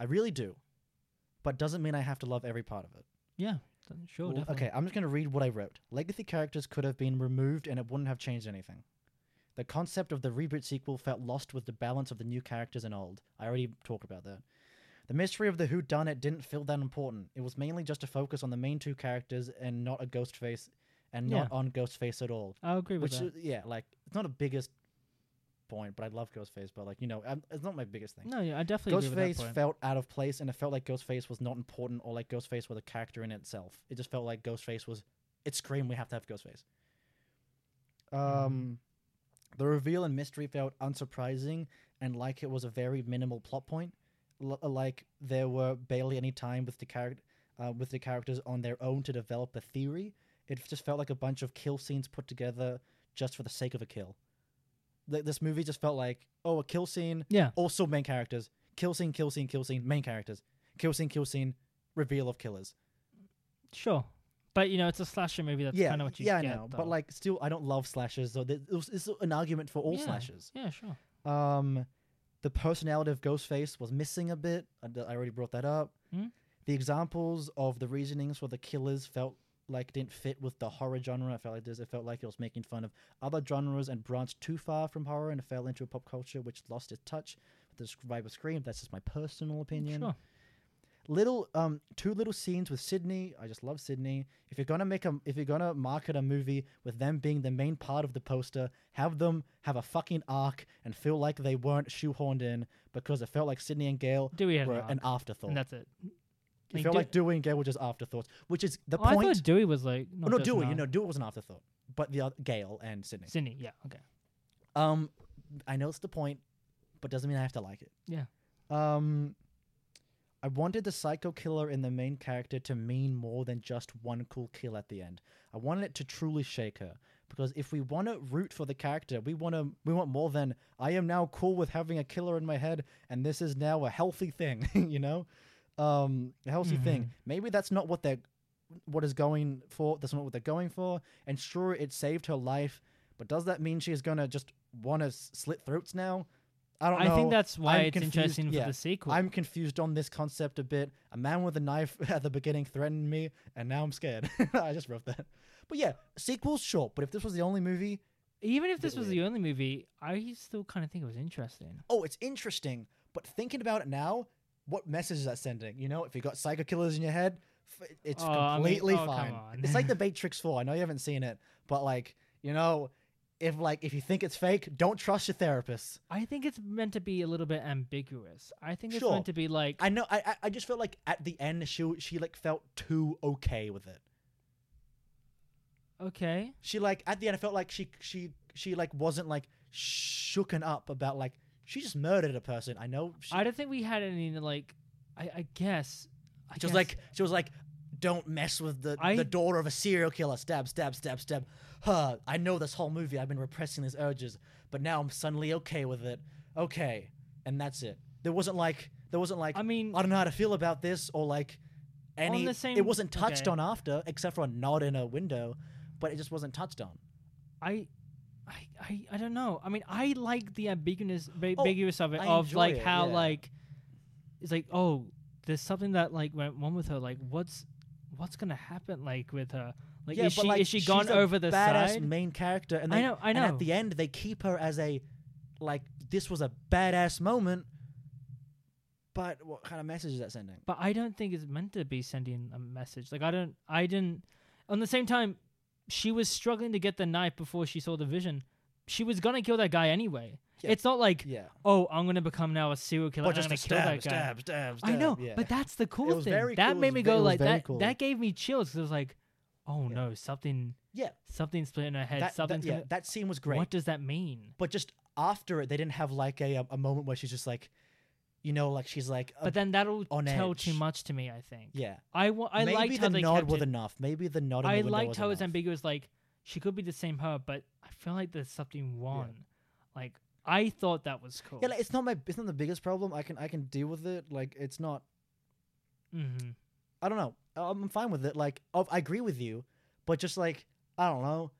I really do. But doesn't mean I have to love every part of it.
Yeah, sure,
L-
Oh, definitely.
okay, I'm just gonna read what I wrote. Legacy characters could have been removed and it wouldn't have changed anything. The concept of the reboot sequel felt lost with the balance of the new characters and old. I already talked about that. The mystery of the who done it didn't feel that important. It was mainly just a focus on the main two characters and not a ghost face and not
Yeah.
on ghost face at all
I agree with
which
that.
is- yeah, like it's not a biggest point, but I love Ghostface. But like you know, i it's not my biggest thing.
No, yeah, I definitely agree with that
Ghostface
point.
felt out of place, and it felt like Ghostface was not important, or like Ghostface was a character in itself. It just felt like Ghostface was. It's Scream. We have to have Ghostface. Um,
Hmm.
the reveal and mystery felt unsurprising, and like it was a very minimal plot point. L- uh, like there were barely any time with the character, uh, with the characters on their own to develop a theory. It just felt like a bunch of kill scenes put together just for the sake of a kill. Th- this movie just felt like oh a kill scene
Yeah,
also main characters. Kill scene, kill scene, kill scene, main characters. Kill scene, kill scene, reveal of killers.
sure. But you know, it's a slasher movie. That's
yeah,
kind of what you
yeah,
get.
I know.
though.
But like, still, I don't love slashes. So th- it's it's an argument for all
Yeah.
slashes.
yeah, sure.
Um, the personality of Ghostface was missing a bit. I d- I already brought that up.
Hmm?
The examples of the reasonings for the killers felt like didn't fit with the horror genre. I felt like this. It felt like it was making fun of other genres and branched too far from horror and fell into pop culture, which lost its touch with the sc- vibe of Scream. That's just my personal opinion.
Sure.
little um two little scenes with Sydney. I just love Sydney. If you're gonna make a if you're gonna market a movie with them being the main part of the poster, have them have a fucking arc and feel like they weren't shoehorned in because it felt like Sydney and Gail
Dewey had
were
an,
an
arc,
afterthought.
and that's it.
it
like,
felt
Dew-
like Dewey and Gail were just afterthoughts, which is the
Oh, I
point.
thought Dewey was like
Oh,
not
no,
just an
Dewey, you
arc.
know, Dewey was an afterthought, but the other, Gail and Sydney.
Sydney. Yeah, okay.
Um, I know it's the point, but doesn't mean I have to like it.
Yeah.
Um, I wanted the psycho killer in the main character to mean more than just one cool kill at the end. I wanted it to truly shake her because if we want to root for the character, we want to we want more than I am now cool with having a killer in my head and this is now a healthy thing, you know? um healthy
Mhm.
thing. Maybe that's not what they're what is going for. That's not what they're going for. And sure, it saved her life, but does that mean she's gonna just want to slit throats now? I don't know.
I think that's why
I'm
it's
confused-
interesting
yeah.
for the sequel.
I'm confused on this concept a bit. A man with a knife at the beginning threatened me, and now I'm scared. I just wrote that. But yeah, sequels short. But if this was the only movie,
Even if
bit
this was the only movie, I still kind of think it was interesting.
oh, it's interesting. But thinking about it now, what message is that sending? You know, if you got psycho killers in your head, f- it's
Oh, I mean-
completely
oh, come
fine.
on.
It's like the Matrix Four. I know you haven't seen it, but like you know, if like if you think it's fake, don't trust your therapist.
I think it's meant to be a little bit ambiguous. I think it's
Sure.
meant to be like,
I know. I I- I just felt like at the end she she like felt too okay with it.
okay,
she like at the end I felt like she she she like wasn't like shooken up about like she just murdered a person. I know she
I don't think we had any like, I, I guess. I
she was
guess-
like she was like don't mess with the
I-
the daughter of a serial killer. Stab, stab, stab, stab. Huh. I know this whole movie I've been repressing these urges, but now I'm suddenly okay with it. Okay. And that's it. There wasn't like there wasn't like
I mean,
I don't know how to feel about this or like any
the same-
it wasn't touched
okay.
on after except for a nod in a window, but it just wasn't touched on.
I, I, I, I don't know. I mean, I like the ambiguous, ba-
Oh,
ambiguous of it,
I
of
enjoy
like
it,
how
yeah.
like, it's like, oh, there's something that like went wrong with her. Like, what's, what's gonna happen like with her? Like, is she is she
she's
gone
a
over the
badass
side?
main character, and
I
they,
know, I
And
know.
at the end, they keep her as a like this was a badass moment. But what kind of message is that sending?
but I don't think it's meant to be sending a message. Like, I don't, I didn't. On the same time, she was struggling to get the knife before she saw the vision. She was gonna kill that guy anyway.
Yeah.
It's not like,
Yeah,
oh, I'm gonna become now a serial killer.
but
and I'm
just
gonna
a
kill
stab,
that guy.
stab, stab,
uh, I know,
stab, yeah.
but that's the cool
was
thing.
very
that
cool, it
made
was
me
ve- it
go
was
like
very
that.
cool.
That gave me chills. 'cause it was like, oh
Yeah.
no, something,
yeah,
something split in her head.
that,
something.
that, yeah, that scene was great.
What does that mean?
But just after it, they didn't have like a a moment where she's just like, you know, like she's like, uh,
But then that'll
on
tell
edge.
too much to me. I think.
yeah.
I wa- I
Maybe
liked
the
how they
nod
kept
was
it.
enough. Maybe the nod. in the
I
window
liked
was
how it was
enough.
ambiguous. Like she could be the same her, but I feel like there's something wrong. Like I thought that was cool.
Yeah, like, it's not my. It's not the biggest problem. I can I can deal with it. Like it's not.
mm-hmm.
I don't know. I'm I'm fine with it. Like, of- I agree with you, but just like, I don't know,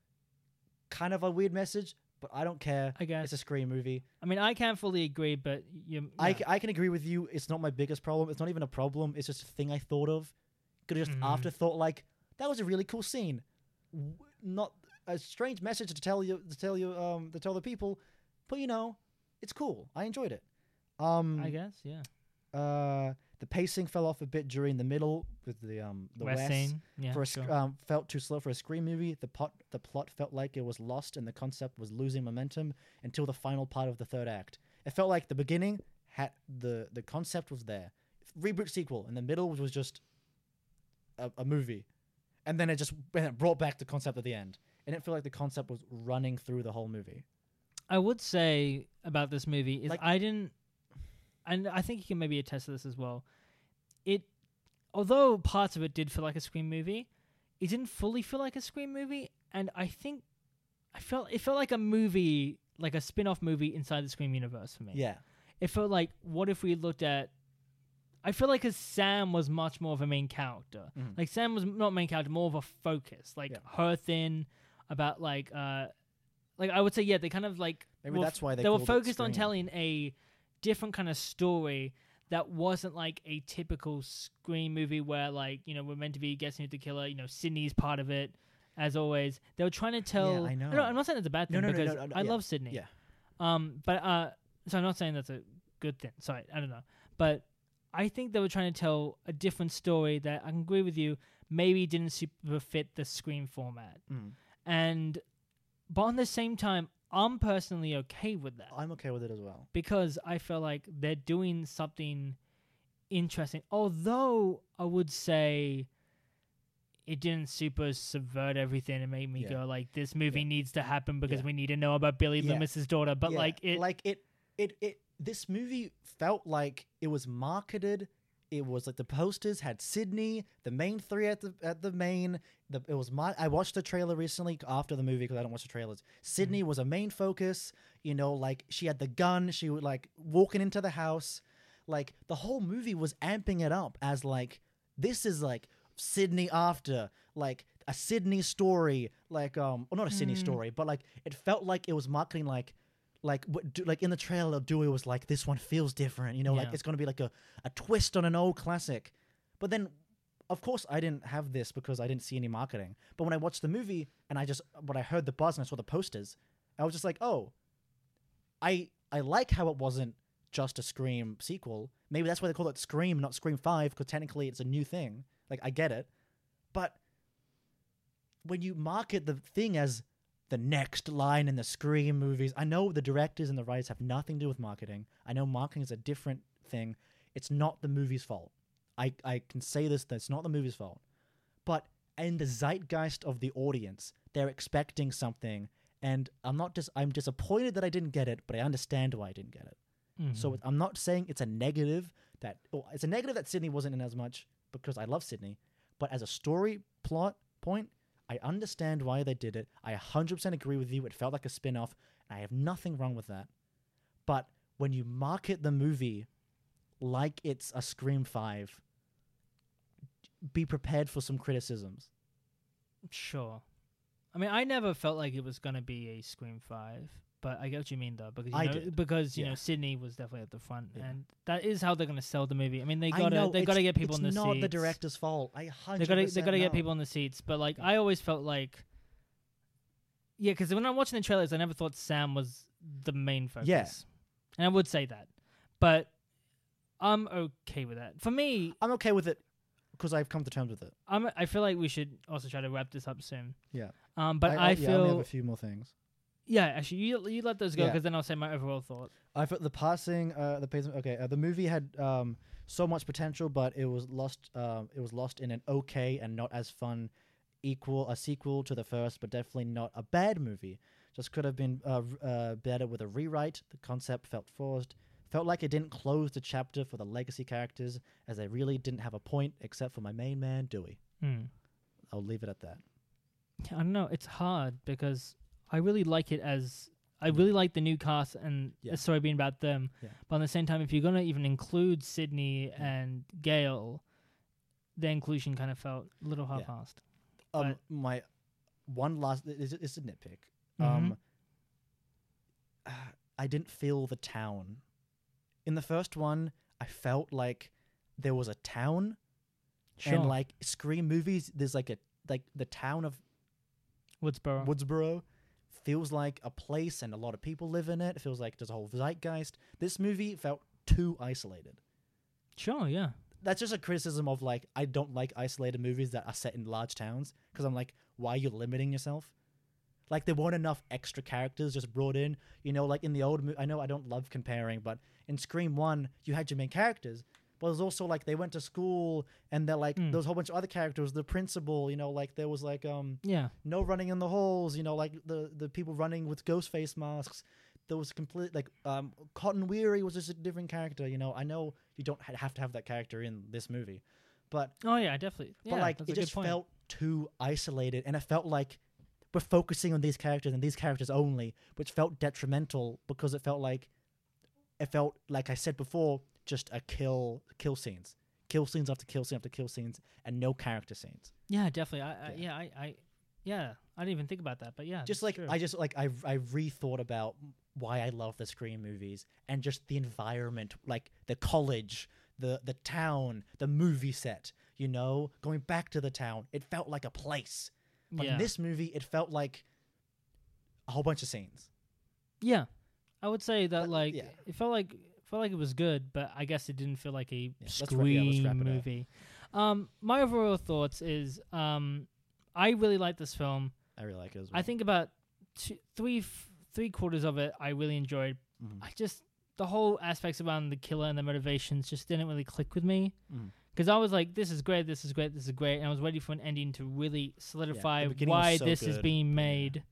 kind of a weird message, but I don't care.
I guess.
It's a Scream movie.
I mean, I can't fully agree, but you.
I,
yeah.
c- I can agree with you. It's not my biggest problem. It's not even a problem. It's just a thing I thought of. Could have just
Mhm.
afterthought, like, that was a really cool scene. W- Not a strange message to tell you, to tell you, um, to tell the people, but you know, it's cool. I enjoyed it. Um,
I guess. Yeah.
uh, the pacing fell off a bit during the middle with the, um, the
West
West.
Scene. Yeah.
for a,
sure.
sc um, felt too slow for a scream movie. The plot the plot felt like it was lost and the concept was losing momentum until the final part of the third act. It felt like the beginning had the the concept was there, reboot sequel, and the middle was just a, a movie, and then it just and it brought back the concept at the end. And it felt like the concept was running through the whole movie.
I would say about this movie is
Like-
I didn't, and I think you can maybe attest to this as well. It, although parts of it did feel like a scream movie, it didn't fully feel like a scream movie, and I think I felt it felt like a movie, like a spin-off movie inside the Scream universe for me.
Yeah,
It felt like what if we looked at. I feel like 'cause Sam was much more of a main character.
Mhm.
Like Sam was not main character, more of a focus. Like
Yeah.
her thing about like uh like I would say yeah, they kind of like
maybe
were
that's why they
they were
called it
focused on
Scream.
telling a different kind of story that wasn't like a typical screen movie where like you know we're meant to be guessing who the killer you know sydney's part of it as always they were trying to tell
I know.
no, i'm not saying that's a bad
No,
thing
no, no,
because
no, no,
i
yeah.
love sydney
Yeah.
um but uh so i'm not saying that's a good thing sorry i don't know but i think they were trying to tell a different story that i can agree with you maybe didn't super fit the screen format
Mm.
and but on the same time i'm personally okay with that
I'm okay with it as well.
because I feel like they're doing something interesting. Although I would say it didn't super subvert everything and make me
Yeah.
go like this movie
Yeah.
needs to happen because
Yeah.
we need to know about Billy
Yeah.
Loomis's daughter. But
Yeah,
like it,
like it it it this movie felt like it was marketed it was like the posters had Sydney, the main three at the at the main. The, it was my. I watched the trailer recently after the movie because I don't watch the trailers. Sydney
Mm-hmm.
was a main focus. You know, like she had the gun. She would like walking into the house. Like the whole movie was amping it up as like this is like Sydney after like a Sydney story, like um, well, not a
Mm.
Sydney story, but like it felt like it was marketing like. Like what, do, like in the trailer, Dewey was like, "This one feels different," you know, like
Yeah.
it's gonna be like a, a twist on an old classic. But then, of course, I didn't have this because I didn't see any marketing. But when I watched the movie and I just when I heard the buzz and I saw the posters, I was just like, "Oh, I I like how it wasn't just a Scream sequel. Maybe that's why they call it Scream, not Scream Five, because technically it's a new thing. Like I get it, but when you market the thing as the next line in the Scream movies, I know the directors and the writers have nothing to do with marketing. I know marketing is a different thing. It's not the movie's fault. I I can say this. That it's not the movie's fault, but in the zeitgeist of the audience, they're expecting something. And I'm not just I'm disappointed that I didn't get it, but I understand why I didn't get it.
mm-hmm.
So it- I'm not saying it's a negative that oh, it's a negative that Sydney wasn't in as much because I love Sydney, but as a story plot point, I understand why they did it. I 100% agree with you. It felt like a spin-off, and I have nothing wrong with that. But when you market the movie like it's a Scream 5, be prepared for some criticisms.
Sure. I mean, I never felt like it was gonna be a Scream Five, but I get what you mean though, because you
I
know,
did.
because you
Yeah.
know Sydney was definitely at the front,
Yeah.
and that is how they're gonna sell the movie. I mean, they
I
gotta
know
they gotta
it's-
get people
it's
in the
not
seats.
the director's fault. I 100%
they gotta they gotta get
know.
people in the seats. But like,
Yeah.
I always felt like, yeah, because when I'm watching the trailers, I never thought Sam was the main focus. and I would say that, but I'm okay with that. For me,
I'm okay with it because I've come to terms with it.
I'm I feel like we should also try to wrap this up soon.
Yeah.
Um, but I,
I yeah, I only have
feel
a few more things.
yeah, actually, you you let those go
Yeah.
because then I'll say my overall thought.
I thought the passing, uh, the pacing. Okay, uh, the movie had um, so much potential, but it was lost. Um, it was lost in an okay and not as fun equal a sequel to the first, but definitely not a bad movie. Just could have been uh, r- uh, better with a rewrite. The concept felt forced. Felt like it didn't close the chapter for the legacy characters, as they really didn't have a point except for my main man Dewey.
Hmm.
I'll leave it at that.
I don't know. It's hard because I really like it as I
Yeah.
really like the new cast and
Yeah.
a story being about them.
Yeah.
But at the same time, if you're gonna even include Sydney
Yeah.
and Gail, the inclusion kind of felt a little half assed.
Um,
But-
my one last. It's, it's a nitpick.
Mhm.
Um, I didn't feel the town. In the first one, I felt like there was a town,
Sure.
and like Scream movies, there's like a like the town of
Woodsboro.
Woodsboro feels like a place, and a lot of people live in it. It feels like there's a whole zeitgeist. This movie felt too isolated.
sure. Yeah.
That's just a criticism of like I don't like isolated movies that are set in large towns because I'm like, why are you limiting yourself? Like there weren't enough extra characters just brought in. You know, like in the old, mo- I know I don't love comparing, but in Scream One, you had your main characters, but it was also like they went to school and they're like
Mm.
there was a whole bunch of other characters. The principal, you know, like there was like um
Yeah.
no running in the halls. You know, like the the people running with ghost face masks. There was complete like um, Cotton Weary was just a different character. You know, I know you don't ha- have to have that character in this movie, but
Oh yeah, definitely.
but
Yeah,
like
that's
it
a good
just
point.
felt too isolated, and it felt like we're focusing on these characters and these characters only, which felt detrimental because it felt like it felt like I said before, just a kill kill scenes, kill scenes after kill scene after kill scenes, and no character scenes.
Yeah, definitely. I, I
Yeah.
yeah, I, I yeah, I didn't even think about that, but yeah, that's
just like
true.
I just like I I rethought about why I love the Scream movies and just the environment, like the college, the the town, the movie set. You know, going back to the town, it felt like a place. But
yeah.
in this movie, it felt like a whole bunch of scenes.
yeah, I would say that
But,
like
yeah.
it felt like felt like it was good, but I guess it didn't feel like a
let's wrap-
scream
yeah, let's wrap it up.
movie. Um, my overall thoughts is um, I really like this film.
I really like it as well.
I think about two, three f- three quarters of it I really enjoyed.
Mhm.
I just the whole aspects around the killer and the motivations just didn't really click with me.
Mm.
Because I was like, this is great, this is great, this is great. And I was ready for an ending to really solidify
beginning was
why
so
this is
good,
being
yeah.
made.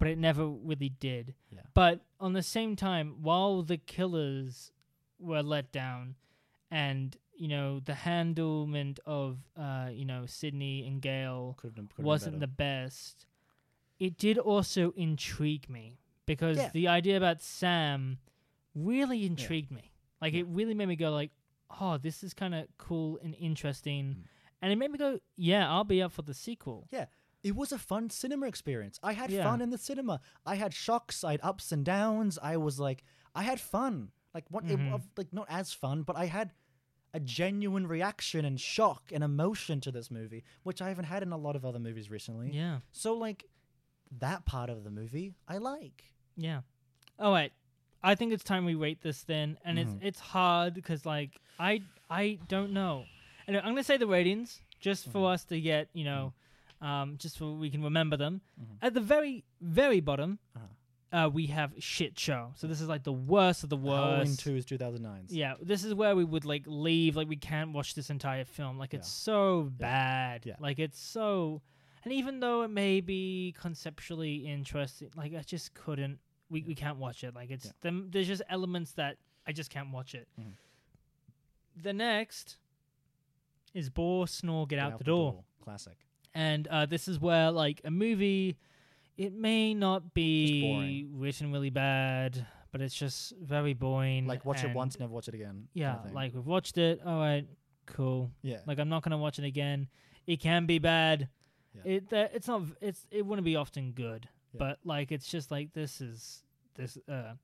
But it never really did.
Yeah.
But on the same time, while the killers were let down and, you know, the handlement of, uh, you know, Sydney and Gail
could have been, could
wasn't the best, it did also intrigue me because
Yeah.
the idea about Sam really intrigued me. Like it really made me go like, oh, this is kind of cool and interesting, and it made me go, yeah, I'll be up for the sequel.
Yeah. It was a fun cinema experience. I had
Yeah.
fun in the cinema. I had shocks, I had ups and downs. I was like, I had fun. Like what? It,
Mhm.
of- like not as fun, but I had a genuine reaction and shock and emotion to this movie, which I haven't had in a lot of other movies recently.
Yeah,
So like, that part of the movie I like.
yeah. All right, I think it's time we rate this then, and it's it's hard because like I I don't know, and I'm gonna say the ratings just for us to get you know, um, just so we can remember them. At the very very bottom. uh
Uh-huh.
we have shit show, so this is like the worst of the
Halloween
worst.
Two is two thousand nine.
Yeah, this is where we would like leave. Like we can't watch this entire film. Like it's so bad.
Yeah.
Like it's so, and even though it may be conceptually interesting, like I just couldn't. We we can't watch it. Like it's
Yeah.
them. There's just elements that I just can't watch it.
Mhm.
The next is bore snore get, out, the door.
Classic.
and uh, this is where like a movie. It may not be
boring.
written really bad, but it's just very boring.
Like watch it
and-
once, never watch it again.
yeah,
kinda thing.
like we've watched it. All right, cool.
yeah,
Like I'm not gonna watch it again. It can be bad.
Yeah.
It that it's not. It's it wouldn't be often good.
Yeah.
But like it's just like this is this. uh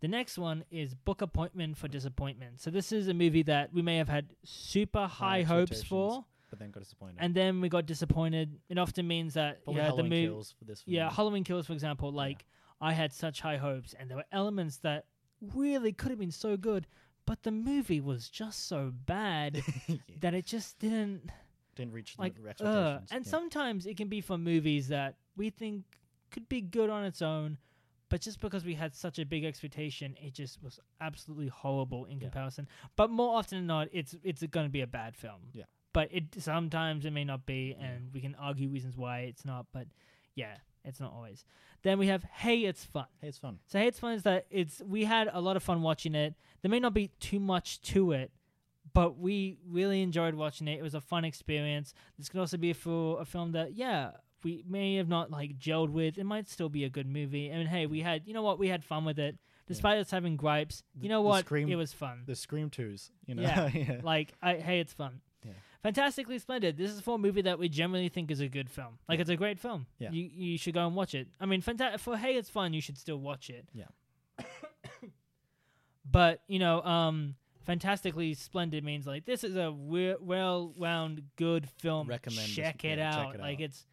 The next one is book appointment
Mm.
for disappointment. So this is a movie that we may have had super high, hopes for,
but then got disappointed.
and then we got disappointed. It often means that
Probably
yeah,
Halloween
the movie
kills for this. for
yeah
me.
halloween kills for example like i had such high hopes and there were elements that really could have been so good but the movie was just so bad
Yeah.
that it just didn't
didn't reach
like
the
uh,
expectations.
and
yeah.
sometimes it can be for movies that we think could be good on its own but just because we had such a big expectation it just was absolutely horrible in
Yeah.
comparison but more often than not it's it's going to be a bad film
Yeah.
but it sometimes it may not be
Yeah.
and we can argue reasons why it's not but yeah it's not always then we have hey it's fun
hey, it's fun.
so hey, it's fun is that it's we had a lot of fun watching it. There may not be too much to it, but we really enjoyed watching it. It was a fun experience. This could also be for a film that yeah we may have not like gelled with. It might still be a good movie. I mean, hey, we had you know what we had fun with it, despite us having gripes.
The-
You know
the
what?
Scream-
it was fun.
The Scream twos, you know.
Yeah.
yeah.
Like I, hey, it's fun.
Yeah.
Fantastically Splendid. This is for a movie that we generally think is a good film. Like
Yeah.
it's a great film.
Yeah.
You you should go and watch it. I mean, fanta- for hey, it's fun. You should still watch it.
Yeah.
but you know, um, Fantastically Splendid means like this is a we- well-wound, good film.
Recommend this-
Check it
yeah, check
out.
it
like
out.
it's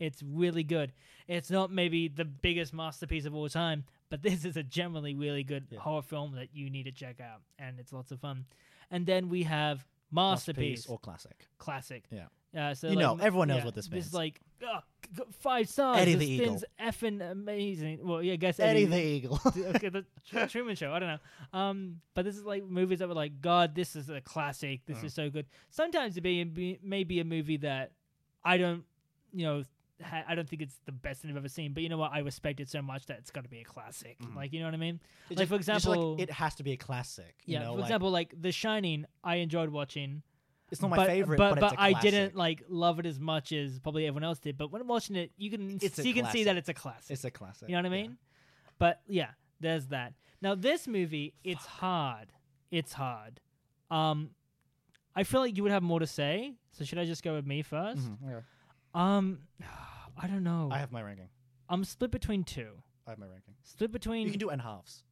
it's really good. It's not maybe the biggest masterpiece of all time, but this is a generally really good
Yeah.
horror film that you need to check out, and it's lots of fun. And then we have masterpiece,
or classic.
classic.
Yeah.
Uh, so
You
like,
know,
m-
everyone knows what this
This
means.
is like ugh, g- g- five stars.
Eddie
this
the
thing's effing amazing. Well, yeah, I guess
Eddie
Eddie.
the Eagle.
okay, the Tr- Truman Show. I don't know. Um, but this is like movies that were like, God, this is a classic.
Mm.
This is so good. Sometimes it be, be maybe a movie that I don't, you know, ha- I don't think it's the best thing I've ever seen. But you know what? I respect it so much that it's got to be a classic.
Mm.
Like, you know what I mean?
It
like,
just-
for
it's just like,
example-
it has to be a classic.
Yeah.
you know,
for
like,
example, like The Shining, I enjoyed watching.
it's not my
but,
favorite,
but
but, it's a
I didn't
classic.
like love it as much as probably everyone else did. But when watching it, you can
It's a
you can see
classic.
that it's a classic.
It's a classic.
You know what I
yeah.
mean? But yeah, there's that. Now this movie, it's hard. It's hard. Um, I feel like you would have more to say. So should I just go with me 1st
Mhm, okay.
Um, I don't know.
I have my ranking.
I'm split between two.
I have my ranking.
Split between.
You can do n halves.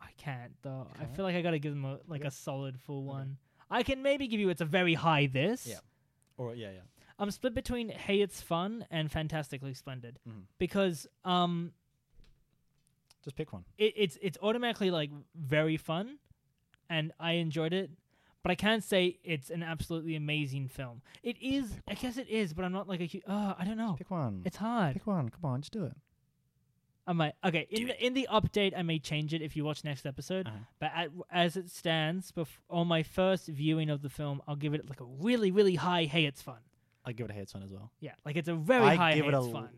I can't though. I
can't?
feel like I gotta give them a, like
Okay.
a solid full
Okay.
one. I can maybe give you. It's a very high this.
Yeah. Or yeah, yeah.
I'm split between Hey It's Fun and Fantastically Splendid
Mhm.
because um
Just pick one.
it, it's it's automatically like very fun, and I enjoyed it. But I can't say it's an absolutely amazing film. It is, I guess it is, but I'm not like a huge. Uh, I don't know.
Pick one.
It's hard.
pick one. Come on, just do it.
I might. Okay, in
Do
the, in the update, I may change it if you watch next episode.
Uh-huh.
But at, as it stands, bef- on my first viewing of the film, I'll give it like a really, really high. Hey, it's fun.
I give it a hates one as well.
Yeah, like it's a very
I
high.
give
hey,
it a
it's
l-
fun.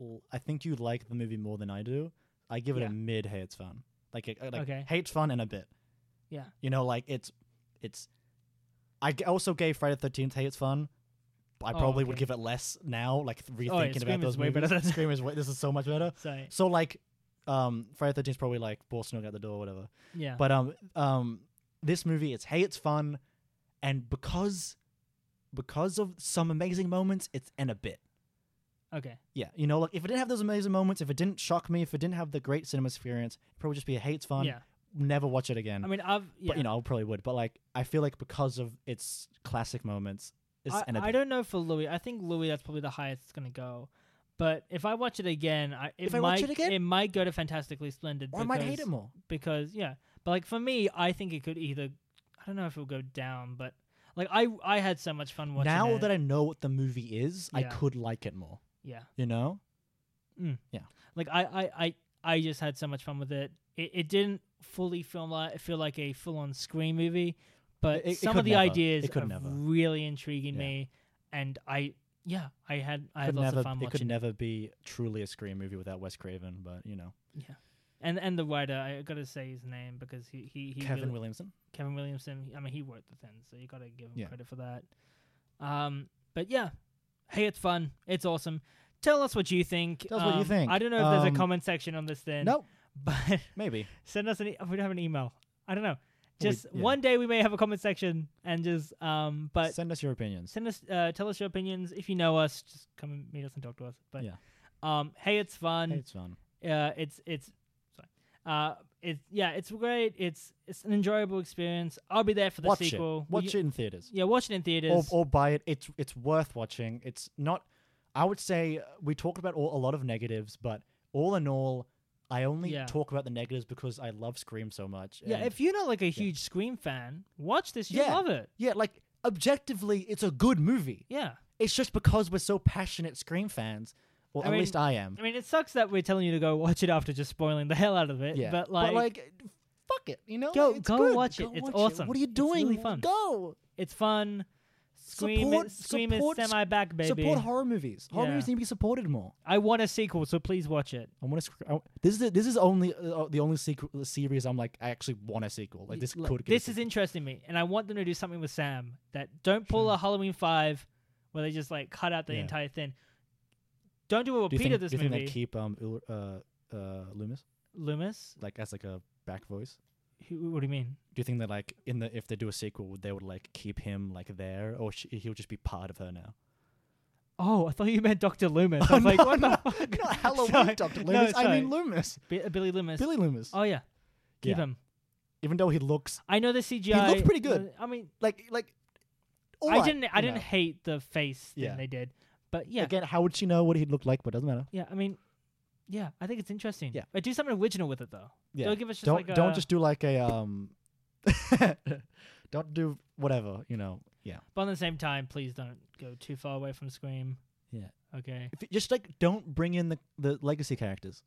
l- I think you like the movie more than I do. I give it
Yeah.
a mid hates fun. Like, a, like
Okay.
hates fun and a bit.
Yeah.
You know, like it's it's. I g- also gave Friday the Thirteenth hates fun. but I
Oh,
probably would
okay. Oh,
give it less now, like th- rethinking
yeah,
about
Scream
those
is way better
movies.
than-
Scream is way, this is so much better.
Sorry.
So like, um, Friday the Thirteenth is probably like Boston out the door, or whatever.
Yeah.
But um, um, this movie it's hey it's fun and because because of some amazing moments it's and a bit
Okay.
yeah you know like if it didn't have those amazing moments if it didn't shock me if it didn't have the great cinema experience it'd probably just be a hey it's fun
Yeah.
never watch it again
I mean, I've yeah.
but you know I probably would but like I feel like because of its classic moments it's
I,
and a
I
bit.
don't know for Louis. I think Louis that's probably the highest it's gonna go. But if I watch it again, I, it
If I
might
watch it again?
might go to Fantastically Splendid.
or I might hate
because-
it more
because yeah. But like for me, I think it could either I don't know if it'll go down, but like I I had so much fun watching
now
it.
that I know what the movie is I
Yeah.
could like it more
yeah.
you know
Like I I I, I just had so much fun with it. It, it didn't fully feel like feel like a full on screen movie, but
It- it
some
could
of the
never.
ideas
It could
are
never.
really intriguing
Yeah.
me, and I yeah I had I had
could
lots
never
of fun
it could
watching it.
never be truly a screen movie without Wes Craven but you know
and and the writer I gotta say his name because he he, he
Kevin
really-
Williamson
Kevin Williamson. he- I mean, he wrote the thing, so you got to give him
Yeah.
credit for that. Um, but yeah, hey, it's fun. It's awesome. Tell us what you think.
Tell us what you
Um,
think.
I don't know if there's
Um,
a comment section on this thing.
nope
But
maybe
send us an. E- we don't have an email. I don't know.
We-
Just
yeah.
one day we may have a comment section and just um. But
send us your opinions
send us. Uh, tell us your opinions. If you know us, just come and meet us and talk to us. But
Yeah.
um, hey, it's fun.
Hey, it's fun
uh, it's it's sorry. Uh, it's yeah, it's great. It's it's an enjoyable experience. I'll be there for the
watch
sequel.
it watch it in theaters
Yeah, watch it in
or,
theaters.
or buy it it's it's worth watching it's not I would say uh, we talked about all, a lot of negatives but all in all I only
Yeah.
talk about the negatives because I love Scream so much
yeah,
and-
if you're not like a huge Scream fan, watch this. You
Yeah.
love it.
yeah like objectively it's a good movie
Yeah.
it's just because we're so passionate Scream fans well
I
at
mean-
least I am
I mean, it sucks that we're telling you to go watch it after just spoiling the hell out of it.
Yeah.
But like,
fuck it. You know,
Go-
It's
go
good.
watch it.
Go
It's
watch
awesome.
What are you
It's
doing?
really fun.
Go
it's fun. Scream
Support-
is, Scream
support-
is semi back, baby.
support horror movies. Horror
Yeah.
movies need to be supported more.
I want a sequel, so please watch it.
I want to. This is this is only uh, the only sequel the series I'm like I actually want a sequel. Like this
Like,
could. get a
this is
sequel.
interesting to me, and I want them to do something with Sam. That don't pull
Sure.
a Halloween Five, where they just like cut out the
Yeah.
entire thing. Don't do a
Do you
repeat
think,
of this
do you
movie,
think they keep um Ul- uh uh Loomis
Loomis.
like as like a back voice?
Who, what do you mean?
Do you think that like in the if they do a sequel would they would like keep him like there or sh- he'll just be part of her now?
Oh, I thought you meant Doctor Loomis. I
Oh,
was like,
no,
what
no,
the fuck?
Not Halloween,
Sorry.
Doctor
No,
Loomis. I
sorry.
mean Loomis, Uh,
Bi- uh, Billy Loomis.
Billy Loomis.
Oh yeah, keep
Yeah.
him.
Even though he looks
I know the CGI.
pretty good.
I mean,
like like. all
I
right,
didn't. I
you
didn't
know.
hate the face thing
Yeah.
they did, but yeah,
Again, how would she know what he'd look like? But doesn't matter.
yeah. I mean, yeah. I think it's interesting.
Yeah.
but do something original with it though.
Yeah.
Don't give us just
don't
like uh, a,
don't just do like a um. don't do whatever you know. Yeah.
But at the same time, please don't go too far away from Scream.
Yeah.
Okay.
If you- just like don't bring in the the legacy characters.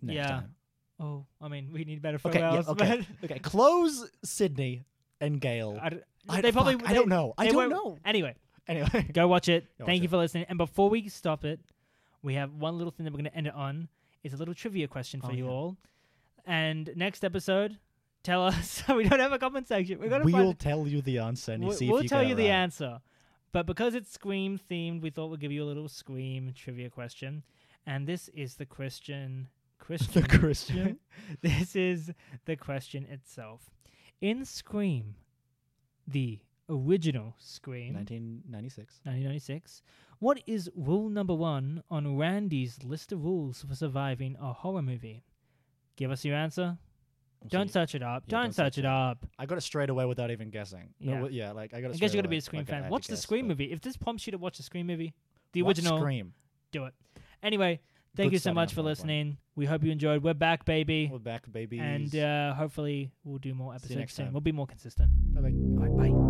Next
Yeah.
Time.
Oh, I mean, we need better
Okay. Yeah,
photos.
okay.
but-
okay. Close Sydney and Gail.
I, d-
I,
they probably.
fuck,
they-
I don't know. I
they won't-
don't know.
Anyway,
Anyway.
go watch it.
Go
Thank
watch
you
it.
for listening. And before we stop it, we have one little thing that we're going to end it on. It's a little trivia question for
Oh,
you
yeah.
all. And next episode, tell us. we don't have a comment section. We're going to
We
find.
will tell you the answer and you
we'll
see
we'll
if you
tell
get
you
it
the
right.
answer. But because it's Scream themed, we thought we'd give you a little Scream trivia question. And this is the Christian. Christian.
The Christian.
this is the question itself. In Scream, the original Scream,
1996.
1996, what is rule number one on Randy's list of rules for surviving a horror movie? Give us your answer.
We'll
Don't
see.
search it up.
Yeah,
don't,
don't
search it up.
I got it straight away without even guessing. No,
Yeah.
well, yeah. Like I got. It
I guess you
straight
got to be
away.
a Scream
Like, I
fan.
had to
Watch the
guess,
Scream
but-
movie. If this prompts you to watch the Scream movie, the
Watch
original,
Scream.
do it. Anyway, thank
Good
you so
starting
much
off
for
on that one.
listening. We hope you enjoyed. We're back, baby.
We're back, babies.
and uh, hopefully we'll do more
See you
episodes
next
soon.
time.
We'll be more consistent.
Bye-bye.
All right, bye.